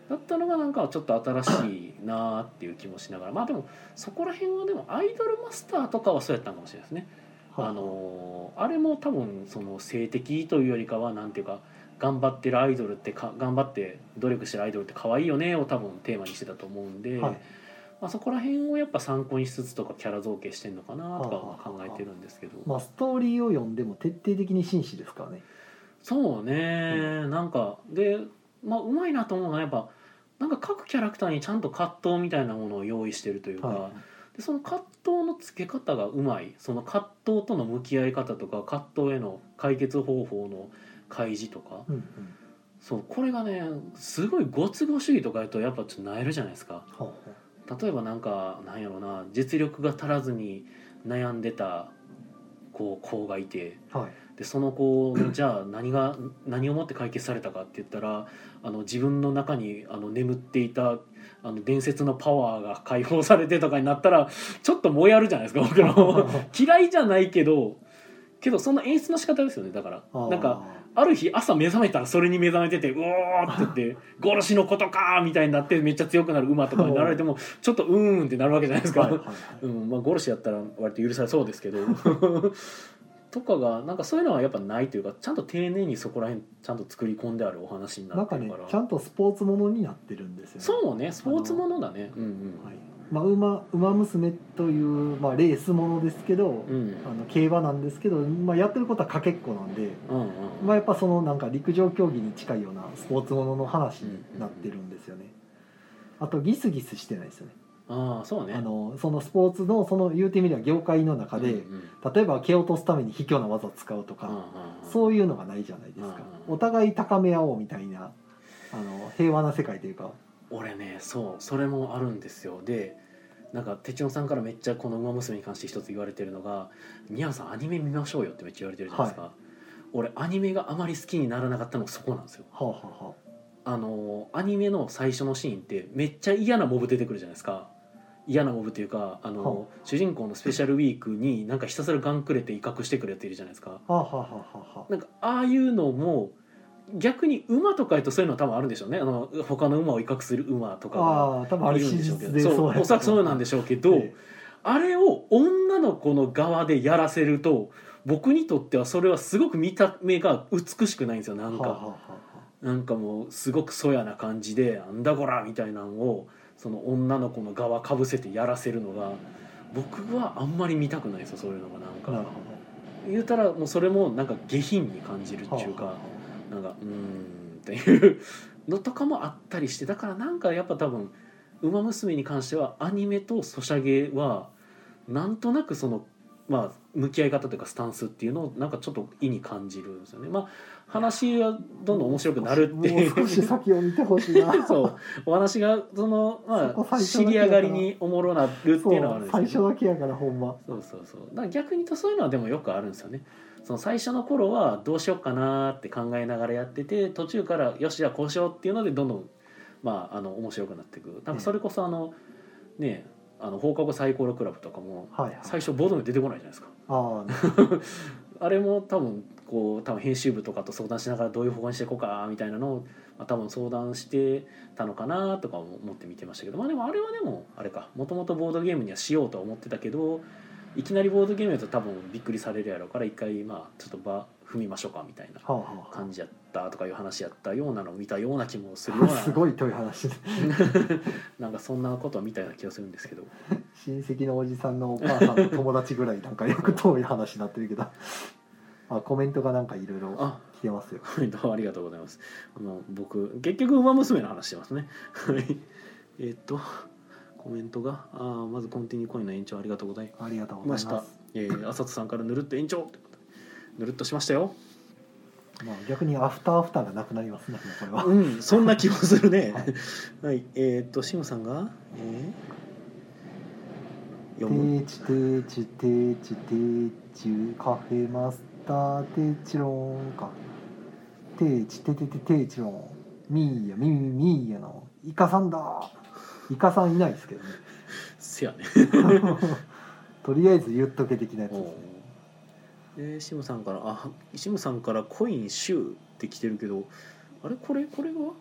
だったのがなんかちょっと新しいなーっていう気もしながらまあでもそこら辺はでもアイドルマスターとかはそうやったのかもしれないですね
はい
あのーあれも多分その性的というよりかはなんていうか頑張ってるアイドルってか頑張って努力してるアイドルって可愛いよねを多分テーマにしてたと思うんで、
はい
まあ、そこら辺をやっぱ参考にしつつとかキャラ造形してんのかなとかは
はあは
考
あはあ
えてるんですけど、
まあ、ストーリーを読んでも徹底的に紳士ですからね
そうね、なんかでまあうまいなと思うのはやっぱなんか各キャラクターにちゃんと葛藤みたいなものを用意してるというか、
は
でその葛藤のつけ方がうまいその葛藤との向き合い方とか葛藤への解決方法の開示とか
い、うんうん、
そうこれがねすごいご都合主義とかやるとやっぱちょっと萎えるじゃないですか
はあは
例えばなんかなんやろな実力が足らずに悩んでたこう子がいて
あはい
でその子のじゃあ何が何をもって解決されたかって言ったらあの自分の中にあの眠っていたあの伝説のパワーが解放されてとかになったらちょっと燃えあるじゃないですか僕の嫌いじゃないけどけどその演出の仕方ですよねだからなんかある日朝目覚めたらそれに目覚めてて「うおー!」って
<laughs>
言って「殺しのことか!」みたいになってめっちゃ強くなる馬とかになられ
<laughs>
てもちょっと「うーん」ってなるわけ <laughs> じゃないですか。
はいはいはい
うんまあ、ゴルシやったら割と許されそう
<laughs>
ですけどとかがなんかそういうのはやっぱないというかちゃんと丁寧にそこら辺ちゃんと作り込んであるお話にな
なん
って
か
る
ね
から
ちゃんとスポーツものになってるんですよね
そうねスポーツものだねうん
はいまあ、馬馬娘という、まあ、レースものですけど、
うんうん
あの競馬なんですけど、まあ、やってることはかけっこなんで、
うんうん
まあ、やっぱそのなんか陸上競技に近いようなスポーツものの話になってるんですよね。あとギスギスしてないですよね
ああそうね
あのそのスポーツのその言うてみれば業界の中で、
うんうん
例えば蹴落とすために卑怯な技を使うとか、
うん
そういうのがないじゃないですか、
うん
お互い高め合おうみたいなあの平和な世界というか
俺ねそうそれもあるんですよでなんか手帳さんからめっちゃこの「ウマ娘」に関して一つ言われてるのが「ニャンさんアニメ見ましょうよ」ってめっちゃ言われてるじゃないですか、俺アニメがあまり好きにならなかったのがそこなんですよ
はあ、はあは
あのアニメの最初のシーンってめっちゃ嫌なモブ出てくるじゃないですか嫌なモブっていうかあの、
は
主人公のスペシャルウィークになんかひたすらガンくれて威嚇してくるやついるじゃないですか
あ、はあ、はあはあはあはあ
なんかああいうのも逆に馬とかやとそういうのは多分あるんでしょうねあの他の馬を威嚇する馬とかが
ああ多分あ
い
れ
るん
史
でしょう
実
けど
で
そうおそらくそうなんで
で
しょうけど、あれを女の子の側でやらせると僕にとってはそれはすごく見た目が美しくないんですよなんか。
はあはあは
なんかもうすごくそやな感じで「なんだこら!」みたいなのをその女の子の側かぶせてやらせるのが僕はあんまり見たくないですよそういうのがなん
あはあな
か
るほ
言うたらもうそれもなんか下品に感じるって
ど
いう
は
か
あは
なんかうーんっていうのとかもあったりしてだからなんかやっぱ多分「ウマ娘」に関してはアニメとソシャゲはなんとなくその、まあ、向き合い方というかスタンスっていうのをなんかちょっと意に感じるんですよね。まあ、話はどんどん面白くなるって
も
いうう
少し先を見てほし
<laughs>
いな
そうお話がそのま
そこ
あ
最初だけ
知り
だから
上がりにおもろなるっていうのはあるんです
最
けど
初だけやからほんま
そうそうそうだから逆に言うとそういうのはでもよくあるんですよねその最初の頃はどうしようかなーって考えながらやってて途中からよしじゃあこうしようっていうのでどんどんまああの面白くなっていくなんかそれこそあの、ねあの放課後サイコロクラブとかも
はいはい
最初ボードに出てこないじゃないですか
ああ
あれも多分こう多分編集部とかと相談しながらどういう方向にしていこうかみたいなのを、まあ、多分相談してたのかなとかも思って見てましたけどまあでもあれはでもあれかもともとボードゲームにはしようとは思ってたけどいきなりボードゲームやと多分びっくりされるやろうから一回まあちょっと場踏みましょうかみたいな
はあはあ
感じやったとかいう話やったようなのを見たような気もするよう
はあ
な
すごい遠い話です
なんかそんなことは見たような気がするんですけど
親戚のおじさんのお母さんの友達ぐらいなんかよく遠い話になってるけどあコメントがなんかいろいろ
あ
来てますよ
コメントありがとうございます。あの僕結局馬娘の話してますね。はい。えっとコメントがあーまずコンティニューコインの延長ありがとうござい
ありがとうござい
ま
ま
し
す
た。えー、浅田さんからぬるっと延長ってことでぬるっとしましたよ。
まあ、逆にアフターアフターがなくなりますねこれは、
うん、そんな気もするね
はい。
<laughs> はい。えっとシムさんが、えー、
テ
読む。
ーチテーチテーチテーチカフェマスターテーチローンかテーチテテテテーチローンミーヤミミミーヤのイカさんだイカさんいないですけどね
せやね。
とりあえず言っとけ的なやつですね
でシムさんからあシムさんからコインシューって来てるけどあれこれこれは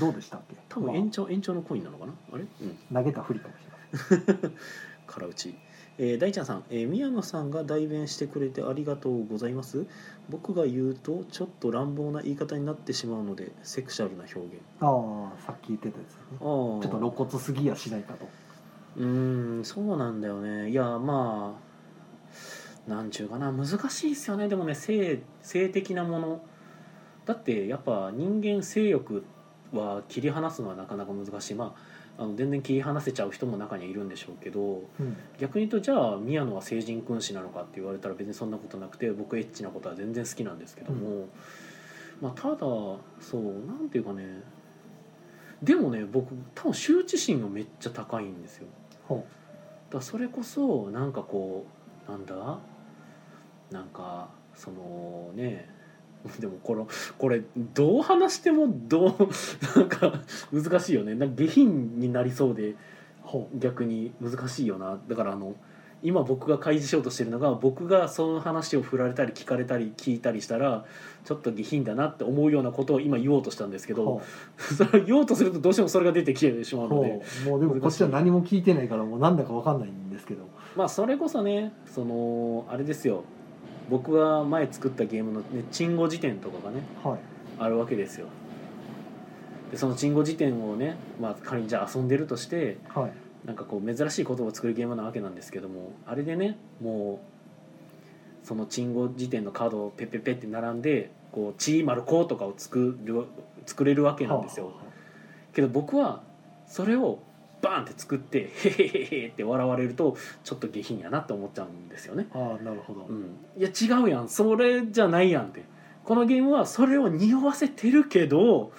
どうでしたっけ
多分
ま
延長延長のコインなのかなあれうん
あ投げたふりかもしれない
からうち、えー大ちゃんさん、えー宮野さんが代弁してくれてありがとうございます僕が言うとちょっと乱暴な言い方になってしまうのでセクシャルな表現
ああさっき言ってたやつね
ああ
ちょっと露骨すぎやしないかと
うーんそうなんだよねいやまあなんちゅうかな難しいですよねでもね性性的なものだってやっぱ人間性欲は切り離すのはなかなか難しいまああの全然切り離せちゃう人も中にはいるんでしょうけど
うん
逆に言うとじゃあ宮野は成人君子なのかって言われたら別にそんなことなくて僕エッチなことは全然好きなんですけども、まあただそうなんていうかねでもね僕多分羞恥心がめっちゃ高いんですよ
ほ
だからそれこそなんかこうなんだなんかそのね <laughs> でもこれこれどう話してもどう <laughs> なんか難しいよねなんか下品になりそうで逆に難しいよなだからあの今僕が開示しようとしてるのが僕がその話を振られたり聞かれたり聞いたりしたらちょっと下品だなって思うようなことを今言おうとしたんですけ
う
ど
ほ
<laughs> それを言おうとするとどうしてもそれが出てきてしま
う
うので
ほうもうでもこっちは何も聞いてないからもうなんだかわかんないんですけど
まあそれこそねそのあれですよ僕が前作ったゲームの、ね「チンゴ辞典」とかがね
はい
あるわけですよでそのチンゴ辞典をね、まあ、仮にじゃあ遊んでるとして
はい
なんかこう珍しい言葉を作るゲームなわけなんですけどもあれでねもうそのチンゴ辞典のカードをペッペッペッって並んでこう「チーマルコー」とかを作る作れるわけなんですよ
は
けど僕はそれをバーンって作って「へへへへ」って笑われるとちょっと下品やなって思っちゃうんですよね。
あはあああなるほど、
うん、いや違うやんそれじゃないやんってこのゲームはそれを匂わせてるけど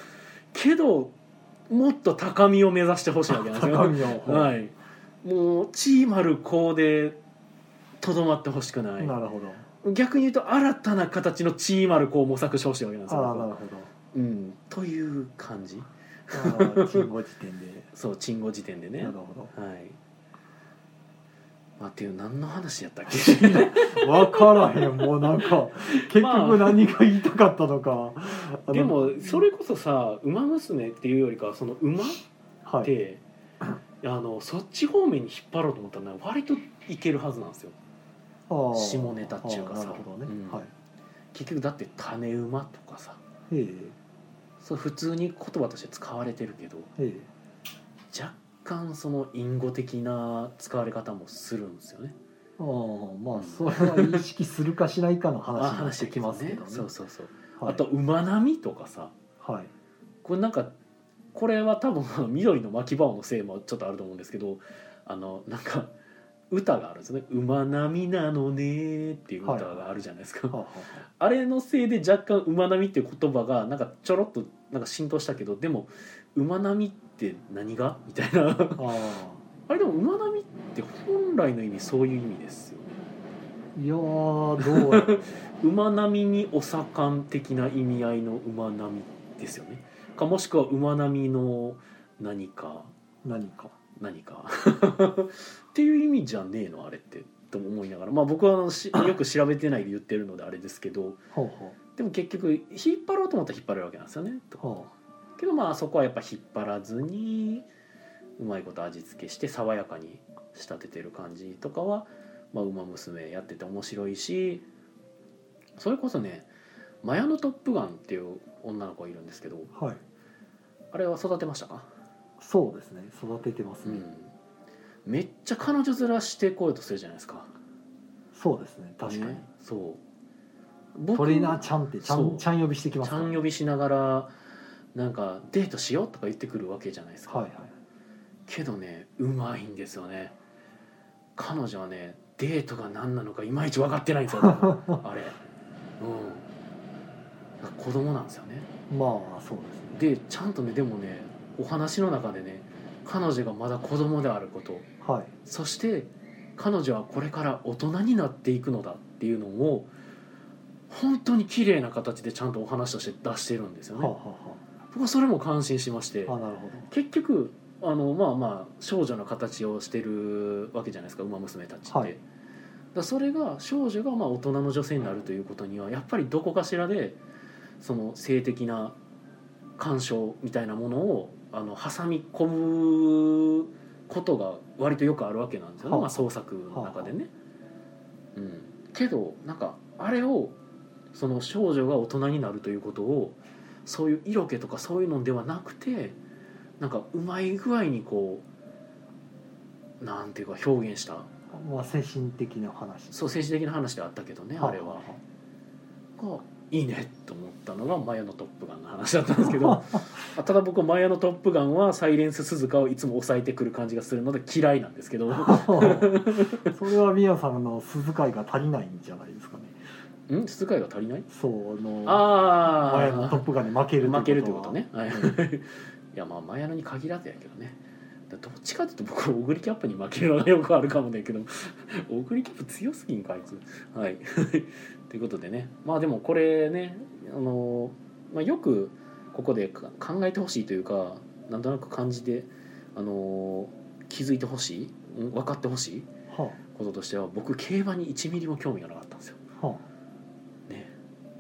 けどもっと高みを目指してほしいわけなんです
<laughs> 高
よ。
みを、
はい、もうチーマルコーでとどまってほしくない
なるほど
逆に言うと新たな形のチーマルコーを模索してほしいわけなんですよ
ああ
僕
なる
は。
ほど
うん、という感じ
ああ鎮護時点で
そうチンゴ時点でね。
な
は
るほ
いまあ、っていう何の話やったっけ
どわからへんもうなんか結
まあ
局何が言いたかったのか、 <laughs> <laughs> あの
でもそれこそさ「馬娘」っていうよりかはその馬
は
っ
い
て、あのそっち方面に引っ張ろうと思ったら割といけるはずなんですよ
ああ
下ネタっちゅうかさ
ああなるほどね、
うん
はい
結局だって種馬とかさ
え
そう普通に言葉として使われてるけど
ええ
若干その隠語的な使われ方もするんですよね
えああまあそれは意識するかしないかの話になってきますけどね
そうそうそう、
はい
あと馬並みとかさ
はい
これなんかこれは多分 <laughs> あの緑の巻き場のせいもちょっとあると思うんですけどあのなんか歌があるんですよね「馬並みなのね」っていう歌があるじゃないですか、
はあは
あれのせいで若干「馬並み」っていう言葉がなんかちょろっとなんか浸透したけどでも「馬並み」って何がみたいな <laughs>
ああ
あれでも「馬並み」って本来の意味そういう意味ですよね
ーいやーどうやろ
馬並みにお盛ん的な意味合いの馬並みですよねかもしくは馬並みの何か
何か
何かっていう意味じゃねえのあれってと思いながらまあ僕はあの <laughs> しよく調べてないで言ってるのであれですけど
ほうほ
でも結局引っ張ろうと思ったら引っ張れるわけなんですよね
うほ
けどまあそこはやっぱ引っ張らずにうまいこと味付けして爽やかに仕立ててる感じとかは「まあ、ウマ娘」やってて面白いしそれこそね「マヤのトップガン」っていう女の子がいるんですけど
うはい
あれは育てましたか、
そうですね育ててます
う
ね、
ん、めっちゃ彼女面してこようとするじゃないですか
そうですね確かに、
ねそう僕
トレーナーちゃんってちゃ
そうん
ちゃん呼びしてきます
ちゃん呼びしながらなんかデートしようとか言ってくるわけじゃないですか、
はいはい
けどねうまいんですよね彼女はねデートが何なのかいまいち分かってないんですよ
<laughs>
あれうん子供なんですよね
まあそうですね
でちゃんとねでもねお話の中でね彼女がまだ子供であること
はい
そして彼女はこれから大人になっていくのだっていうのを本当に綺麗な形でちゃんとお話として出してるんですよ
はあ、
ね
は
僕はそれも感心しまして
あはあ、あなるほど
結局あのまあまあ少女の形をしてるわけじゃないですか馬娘たちって、
はい
だからそれが少女がまあ大人の女性になるということにはやっぱりどこかしらでその性的な干渉みたいなものをあの挟み込むことが割とよくあるわけなんですよね、
はあ
まあ、創作の中でね。うん、けどなんかあれをその少女が大人になるということをそういう色気とかそういうのではなくてなんかうまい具合にこうなんていうか表現した
まあ精神的な話
そう政治的な話ではあったけどねあれは。がいいねと思ったのが「マヤのトップガン」の話だったんですけどあただ僕「マヤのトップガン」はサイレンス鈴鹿をいつも抑えてくる感じがするので嫌いなんですけどん
<laughs> それは宮さんの鈴飼いが足りないんじゃないですかね
鈴鹿愛が足りない
そうあの
ああ
前のトップガンに負ける
負けるという
は
ことね、はい、いやまあマヤノに限らずやけどねだどっちかっていうと僕はオグ <laughs> リキャップに負けるのがよくあるかもねんけどオグリキャップ強すぎんかあいつはい <laughs> ということでねまあでもこれねあの、まあ、よくここでか考えてほしいというかなんとなく感じてあの気づいてほしいん分かってほしい
は
こととしては僕競馬に1ミリも興味がなかったんですよ、
あはあ
ね、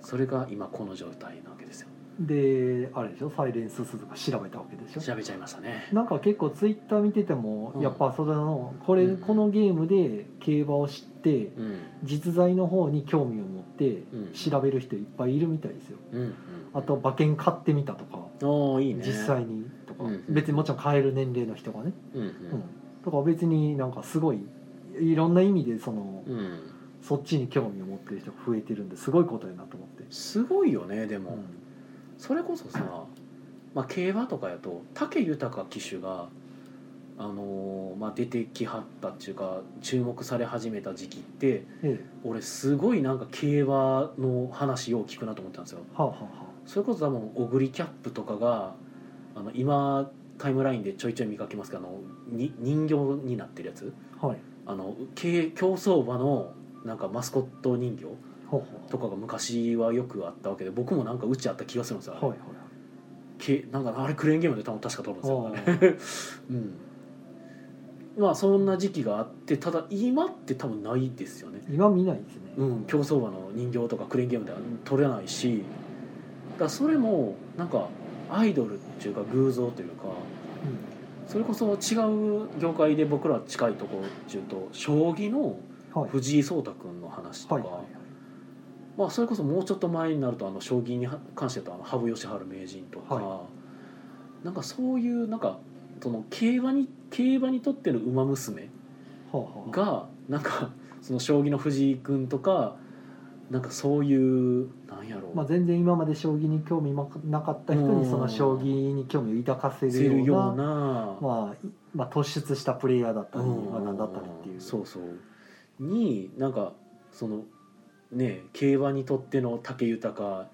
それが今この状態なわけですよ
であれでしょサイレンス鈴鹿調べたわけでしょ
調べちゃいましたね
なんか結構ツイッター見てても、
うん
やっぱそれのこれ、
うん
このゲームで競馬を知って
うん
実在の方に興味を持って
うん
調べる人いっぱいいるみたいですよ、
うんうん、
あと馬券買ってみたとか
おーいいね
実際にとか、
うん
別にもちろん買える年齢の人がね、
うん
うんとか別になんかすごいいろんな意味でその、
うん、うん、
そっちに興味を持ってる人が増えてるんですごいことやなと思って、
すごいよねで
う
も、
ん、
それこそさ、まあ、競馬とかやと武豊騎手が、あのーまあ、出てきはったっていうか注目され始めた時期って
ええ
俺すごいなんか競馬の話よう聞くなと思ったんですよ
はあはあは
それこそ多分小栗キャップとかがあの今タイムラインでちょいちょい見かけますけどあのに人形になってるやつ
あはい
あの競競走馬のなんかマスコット人形
ほう
と
ほ
かが昔はよくあったわけで僕もなんかうちあった気がするんですよあ
う
れ,
はい
け、なんかあれクレーンゲームで多分確か撮るんですよ
はい
あ
はい
れうんまあそんな時期があってただ今って多分ないですよね
今見ないですね、
うん競走馬の人形とかクレーンゲームでは撮れないしだからそれもなんかアイドルっていうか偶像というか
うん
それこそ違う業界で僕ら近いところっていうと将棋の
はい、
藤井聡太君の話とか、
はいはいはい
まあ、それこそもうちょっと前になるとあの将棋に関してだとあの羽生善治名人とか、
は
なんかそういうなんかその競馬に競馬にとっての馬娘
はあはあ
がなんかその将棋の藤井君とかなんかそういうなんやろう、
まあ、全然今まで将棋に興味なかった人にその将棋に興味を抱かせ
せる
るような
ような、
まあいまあ、突出したプレイヤーだったり、まあ、何だったりっていう
そうそうになんかそのね競馬にとっての武豊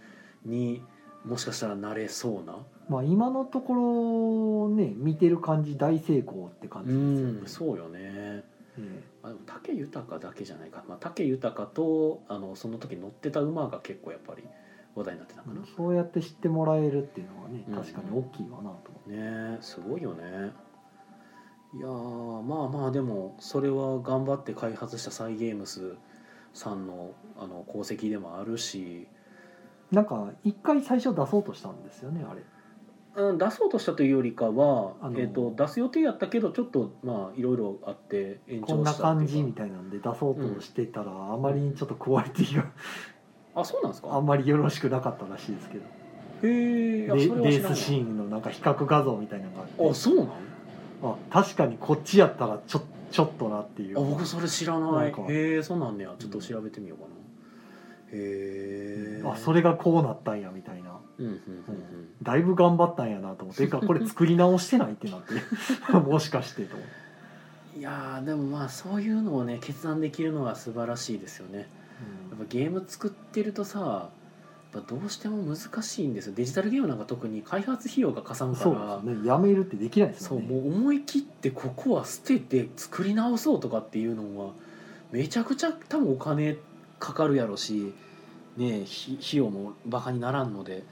にもしかしたらなれそうな
まあ、今のところね見てる感じ大成功って感じ
う
ですよね
ん。そうよね
え
あでも武豊だけじゃないか、まあ、武豊とあのその時乗ってた馬が結構やっぱり話題になってた
え
かな、
そうやって知ってもらえるっていうのはね
うん
確かに大きいわなと思って。
ねえすごいよねいやーまあまあでもそれは頑張って開発したサイ・ゲームスさんのあの功績でもあるし、
なんか一回最初出そうとしたんですよねあれ
うん、出そうとしたというよりかは、
あの
えー、と出す予定やったけどちょっとまあいろいろあって延長した
こんな感じ
ってい
み
うか
たいなんで出そうとしてたら、あまりにちょっとクオリティが
あそうなんです
あ
か
んまりよろしくなかったらしいですけど
へえい
レ
やそれは
レ
知ら
ー
な
スシ
い
ーンのなんか比較画像みたいなのがあって
あそうなんあ
あ確かにこっちやったらちょちょっとなっていう
僕それ知らな
ないんか
へえそうなんねやちょっと調べてみようかな、へえ
あそれがこうなったんやみたいな
うんうんうん
だいぶ頑張ったんやなと思っててかこれ作り直してないってなって <laughs> もしかしてと思って、
うんいやーでもまあそういうのをね決断できるのは素晴らしいですよねやっぱゲーム作ってるとさやっぱどうしても難しいんですよデジタルゲームなんか特に開発費用がかさ
うん
むか
そう
ら
ですねやめるってできないです
そ
よ
う
ね
もう思い切ってここは捨てて作り直そうとかっていうのはめちゃくちゃ多分お金かかるやろし、ね、ひ費用もバカにならんので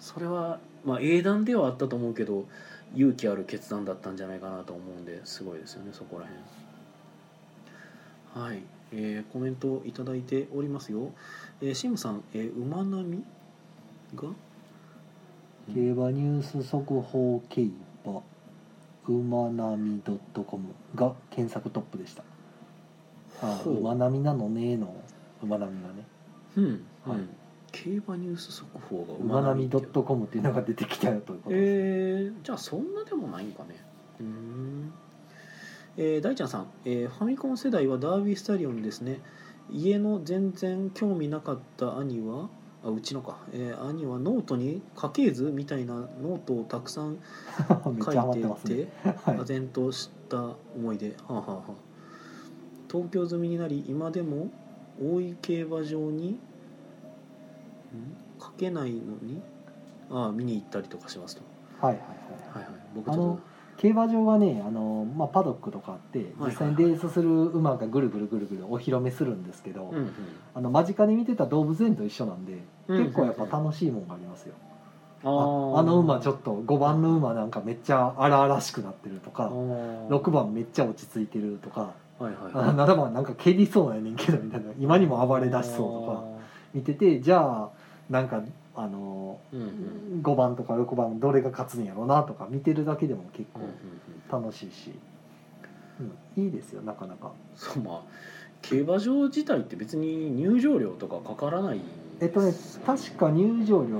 それは、まあ、英断ではあったと思うけど勇気ある決断だったんじゃないかなと思うんですごいですよねそこら辺はい、えーコメントをいただいておりますよ、えー、シムさん、えー馬並みが
競馬ニュース速報競馬馬並み .com が検索トップでしたあ
ほう
馬並みなのねーの馬並みがね
うん、
はい
うん競馬ニュース速報が
馬並み
っていう
.com っていうのが出てきたよということです、
えーじゃあそんなでもないんかねうーん、えー大ちゃんさん、えーファミコン世代はダービースタリオンですね家の全然興味なかった兄はあうちのか、えー兄はノートに家系図みたいなノートをたくさん
<laughs> めっ
書
ちゃハマってま
い
す
てい
ね
て
はい
唖然とした思い出、はあはあはあ東京済みになり今でも大井競馬場にんかけないのにああ見に行ったりとかしますと
はいはいは
はい
い
はい、僕ちょ
あ
っ
の
と
競馬場はねあの、まあ、パドックとかあって
はい
実際にレースする馬がぐるぐるぐるぐるお披露目するんですけど、
うんうん
あの間近で見てた動物園と一緒なんで、
うん
結構やっぱ楽しいもんがありますよ
あ
ああの馬ちょ
っ
っと5番の馬なんかめっちゃ荒々しくなってるとか6
6
番めっちゃ落ち着いてるとか
はいはい
あ
はい
7番なんか蹴りそうやねんけどみたいな今にも暴れ出しそうとか見ててじゃあなんかあの
うんうんうん
5番とか6番どれが勝つんやろうなとか見てるだけでも結
うんう
構
ん
楽しいし、うん、いいですよなかなか
そうまあ競馬場自体って別に入場料とかかからない
えっとね確か入場料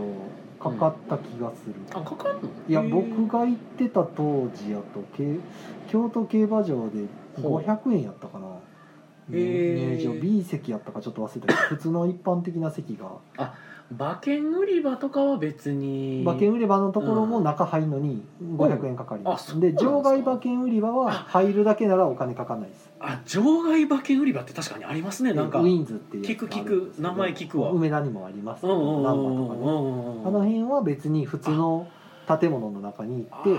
かかった気がする、
あかかんの
いや
へー
僕が行ってた当時やとけ京都競馬場で
ほう
500円やったかな
へー
入場 B 席やったかちょっと忘れたけど普通の一般的な席が
馬券売り場とかは別に
馬券売り場のところも中入るのに500円かかりま
あ
す、
そうなん
で
ですか
場外馬券売り場は入るだけならお金かかんないです
あ場外馬券売り場って確かにありますね <laughs> なんか
ウ
うんうん
ィンズっていうやつがあるんです
聞く聞
け
く
ど
名前聞くわ
梅田にもありますけ
う
ど
んう
難
ん
波
う
とか
ん
ね
うん
あの辺は別に普通の建物の中に行って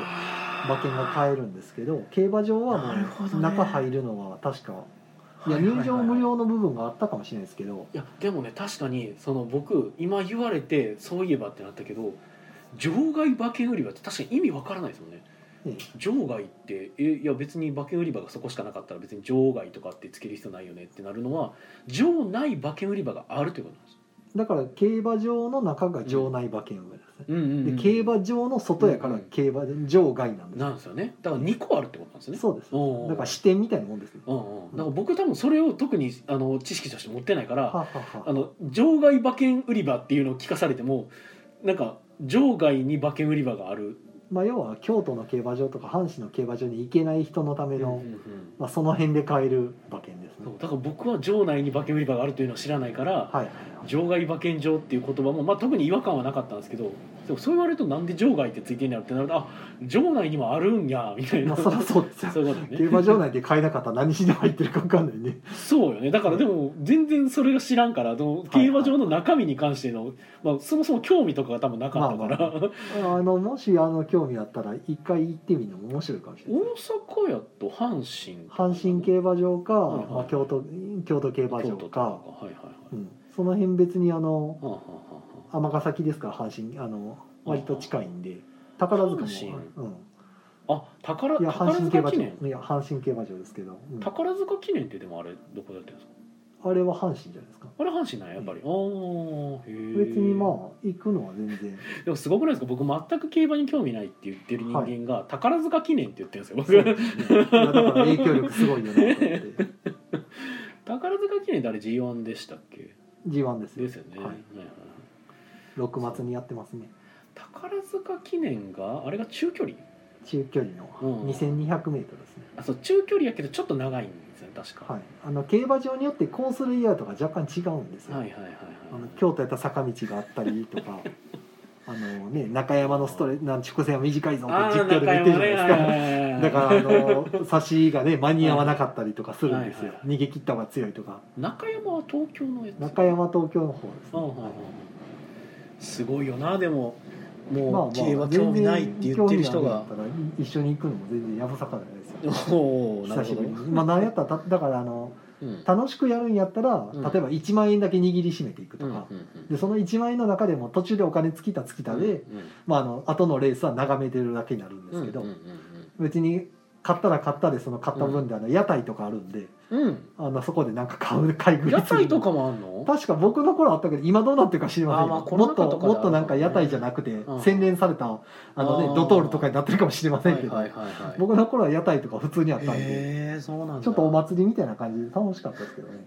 馬券が買えるんですけど競馬場は
なるほど
も
ね
う中入るのは確かいや
はいはいは
入
い
場無料の部分があったかもしれないですけど
いやでもね確かにその僕今言われてそういえばってなったけど場外馬券売り場って確かに意味わからないですよね
ええ
場外ってえいや別に馬券売り場がそこしかなかったら別に場外とかってつける必要ないよねってなるのは場内馬券売り場があるということなんです
だから競馬場の中が場内馬券売りですね
うんうんうん、
で競馬場の外やか
う
ら
んうん
競馬場外なんです
なんですよねだから2個あるってことなんですよね
そうです
おうおう
だから支店みたいなもんですね
うんうん、だから僕多分それを特にあの知識として持ってないから
はあはあはあ
あの場外馬券売り場っていうのを聞かされてもなんか場外に馬券売り場がある、
まあ要は京都の競馬場とか阪神の競馬場に行けない人のため
うんう
の
ん
まあその辺で買える馬券ですね
そうだから僕は場内に馬券売り場があるというのは知らないから
はい
場外馬券場っていう言葉も、まあ、特に違和感はなかったんですけどでもそう言われるとなんで場外ってついてんやろってなるとあ場内にもあるんやみたい
ま
な
あそりゃそうですよ
そういうことね
競馬場内で買えなかったら何しに入ってるか分かんない
<laughs>
ね
そうよねだからでも全然それが知らんからでも競馬場の中身に関しての、まあ、そもそも興味とかが多分なかったから、
まああのもしあの興味あったら一回行ってみるのも面白いかもしれ
大
ない
阪やと阪神とか
阪神競馬場か、
いはい
まあ、京都京都競馬
京
場
都と
か
かはいはいはい、
うん、その辺別にあの
はあはあは
尼崎ですから阪神あの割と近いんで宝塚も、
阪神
う
あはああ宝
ん、いや
宝
阪神競
塚
馬場
記
い
念
や阪神競馬場ですけど、うん
宝塚記念ってでもあれどこでやってるんですか
あれは阪神じゃないですか
あれ阪神なんややっぱり、ああへえ
別にまあ行くのは全然
でもすごくないですか僕全く競馬に興味ないって言ってる人間が、宝塚記念って言ってるんです
そう
よ
で
僕
すねいやだから影響力すごいよなと思って
<laughs> 宝塚記念ってあれ G1 でしたっけ
G1 ですよ
ですよね、
は
はいい、はい
6月にやってますね
宝塚記念があれが中距離
中距離の
うん
2200m ですね、
あそう中距離やけどちょっと長いんですよね確か、
はい、あの競馬場によってコースレイアウトが若干違うんですよ、
はい、はいはいはい
あ
は
の
い
京都やったら坂道があったりとか <laughs> あの、ね、中山のストレなん直線は短いぞ
あ
っ
あ
て実況で見てるじゃないですか、
か
<laughs> だからあの差しがね間に合わなかったりとかするんです
はい
よ、
はい
逃げ切った方が強いとか
中山は東京のやつ
中山東京の方です
うん
ね、
うんうんすごいよなでも
まあま
も
あ
う競馬興味ないって言ってる人が
全然興味ないんだったら一緒に行くのも全然やぶさかじゃないですよ
お <laughs> おな
久
る
し
ほ
ぶ
ど
りにまあ何やったらただからあの
うん
楽しくやるんやったら、
うん
例えば1万円だけ握りしめていくとか、
うんうんうん
でその1万円の中でも途中でお金尽きた尽きたで、
うんうん
まあ、あの後のレースは眺めてるだけになるんですけど、
うん
別に買ったら買ったでその買った分であの屋台とかあるんで、
うんうん
あのそこでなんか買う買い
うん
食い
屋
する
台とかもあんの
確か僕の頃あったけど今どうなってるか知りません
あーまあ
よ
コロ
も
ナ
っ
禍と
と
か
もっとなんか屋台じゃなくて、
うん
洗練されたあの、ね
あ、ー
ドトールとかになってるかもしれませんけど、
はいはいはいはい
僕の頃は屋台とか普通にあったんで、
へえそうなんだ
ちょっとお祭りみたいな感じで楽しかったですけ
<laughs>
どね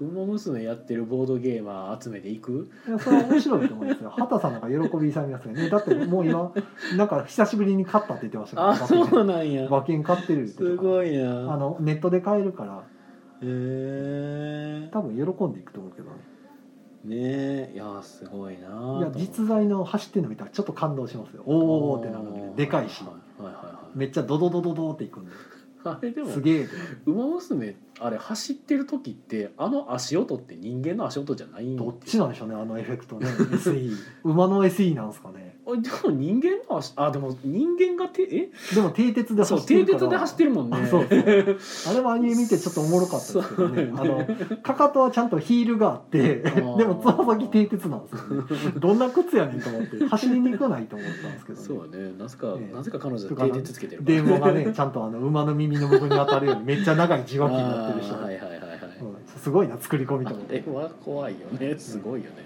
ウマ娘やってるボードゲーマー集めていく
いやそれは面白いと思いますよ畑さんなんか喜び勇みますよねだってもう今なんか久しぶりに勝ったって言ってました
あ
から
そうなんや
馬券買ってるって言っ
す
てた
ごい
あ
な
のネットで買えるから
へえ
多分喜んでいくと思うけどね
ねえいやすごいない
や
い
実在の走ってるの見たらちょっと感動しますよおーおーってなるんでねでかいし
はいはいはいはい
めっちゃドドドドドっていくんで
あれでも
すげえって
ウマ娘あれ走ってる時ってあの足音って人間の足音じゃないん
どっちなんでしょうねあのエフェクトね SE 馬の SE なんですかね
あでも人間の足あでも人間がてえ
でも蹄鉄で走
そう
って
蹄
るから
鉄で走ってるもんね
あそうそうあれはアニメ見てちょっとおもろかったですけどね
そ
あ
う
のかかとはちゃんとヒールがあってで
ー
もつま先蹄鉄なんですよねどんな靴やねんと思って走りにくないと思ったんですけどね
そうねなぜか、
ええ
なぜか彼女は蹄鉄つけてるから
電話がねちゃんとあの馬の耳の部分に当たるようにめっちゃ長い受話器になってる人
あー
が、
はいはいはいはい、
うんすごいな作り込みと思っ
あ
て
れは怖いよねすごいよね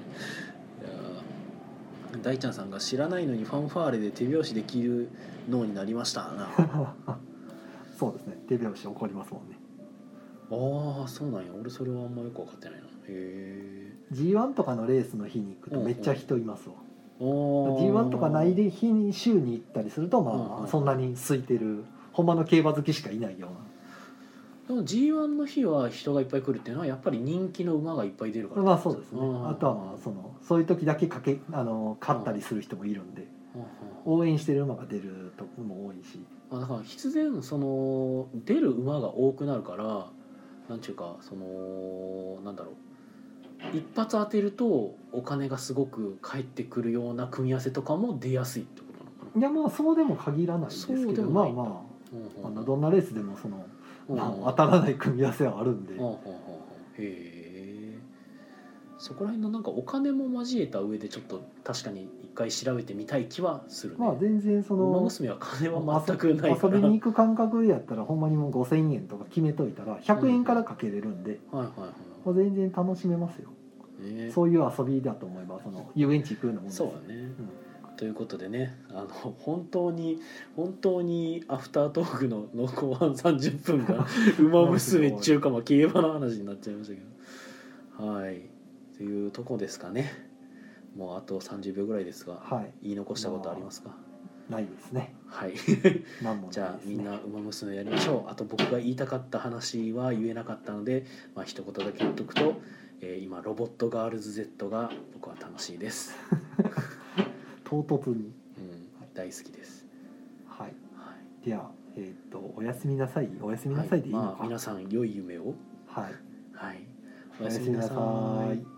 いやー大ちゃんさんが知らないのにファンファーレで手拍子できる脳になりました <laughs> なあ
そうですね手拍子怒りますもんね
あそうなんや俺それはあんまよく分かってないなへえ
G1 とかのレースの日に行くとめっちゃ人いますわ
G1
G1 とかないで日に週に行ったりするとま
うんう
あ
ん
そんなに空いてるほんまの競馬好きしかいないような
でも G1 の日は人がいっぱい来るっていうのはやっぱり人気の馬がいっぱい出るから
まあそうですね
うん
あとはまあそのそういう時だけかけあの勝ったりする人もいるんで
うんうん
応援してる馬が出るとこも多いし
まあだから必然その出る馬が多くなるからなんていうかそのなんだろう一発当てるとお金がすごく返ってくるような組み合わせとかも出やすいってことなのか
いやまあそうでも限らないですけ
そうで
ど
も
ま
な
あ
いんだ
まあ
な
あの
う
どんなレースでもその、
んうん
まあ
うんうん
当たらない組み合わせはあるんで、
うんうんうんうんへえそこら辺のなんかお金も交えた上でちょっと確かに一回調べてみたい気はするね、
まあ全然そ
馬
の
娘は金は全くないか
遊
ら
びに行く感覚やったらほんまにもう5,000円とか決めといたら100円からかけれるんで、
はいはいはい
もう全然楽しめますよ、
ね、
そういう遊びだと思えばその遊園地行くようなもんです
そうだね、ということでねあの本当に本当にアフタートークのの後半30分
<laughs>
が「馬娘」っちゅうかまあ競馬の話になっちゃいましたけどはいというとこですかねもうあと30秒ぐらいですが
はい
言い残したことありますか、
ないですね
はい
何も
じ
ない
ゃあ
です
みん
ね
な「ウマ娘」やりましょうあと僕が言いたかった話は言えなかったので、まあ一言だけ言っとくと、えー今ロボットガールズ Z が僕は楽しいです、
唐突
う
に
ん、大好きです、
はい
はい
ではえーっとおやすみなさいおやすみなさいでいいの
はまあ、
か
皆さん良い夢を
はい
はい
おやすみなさい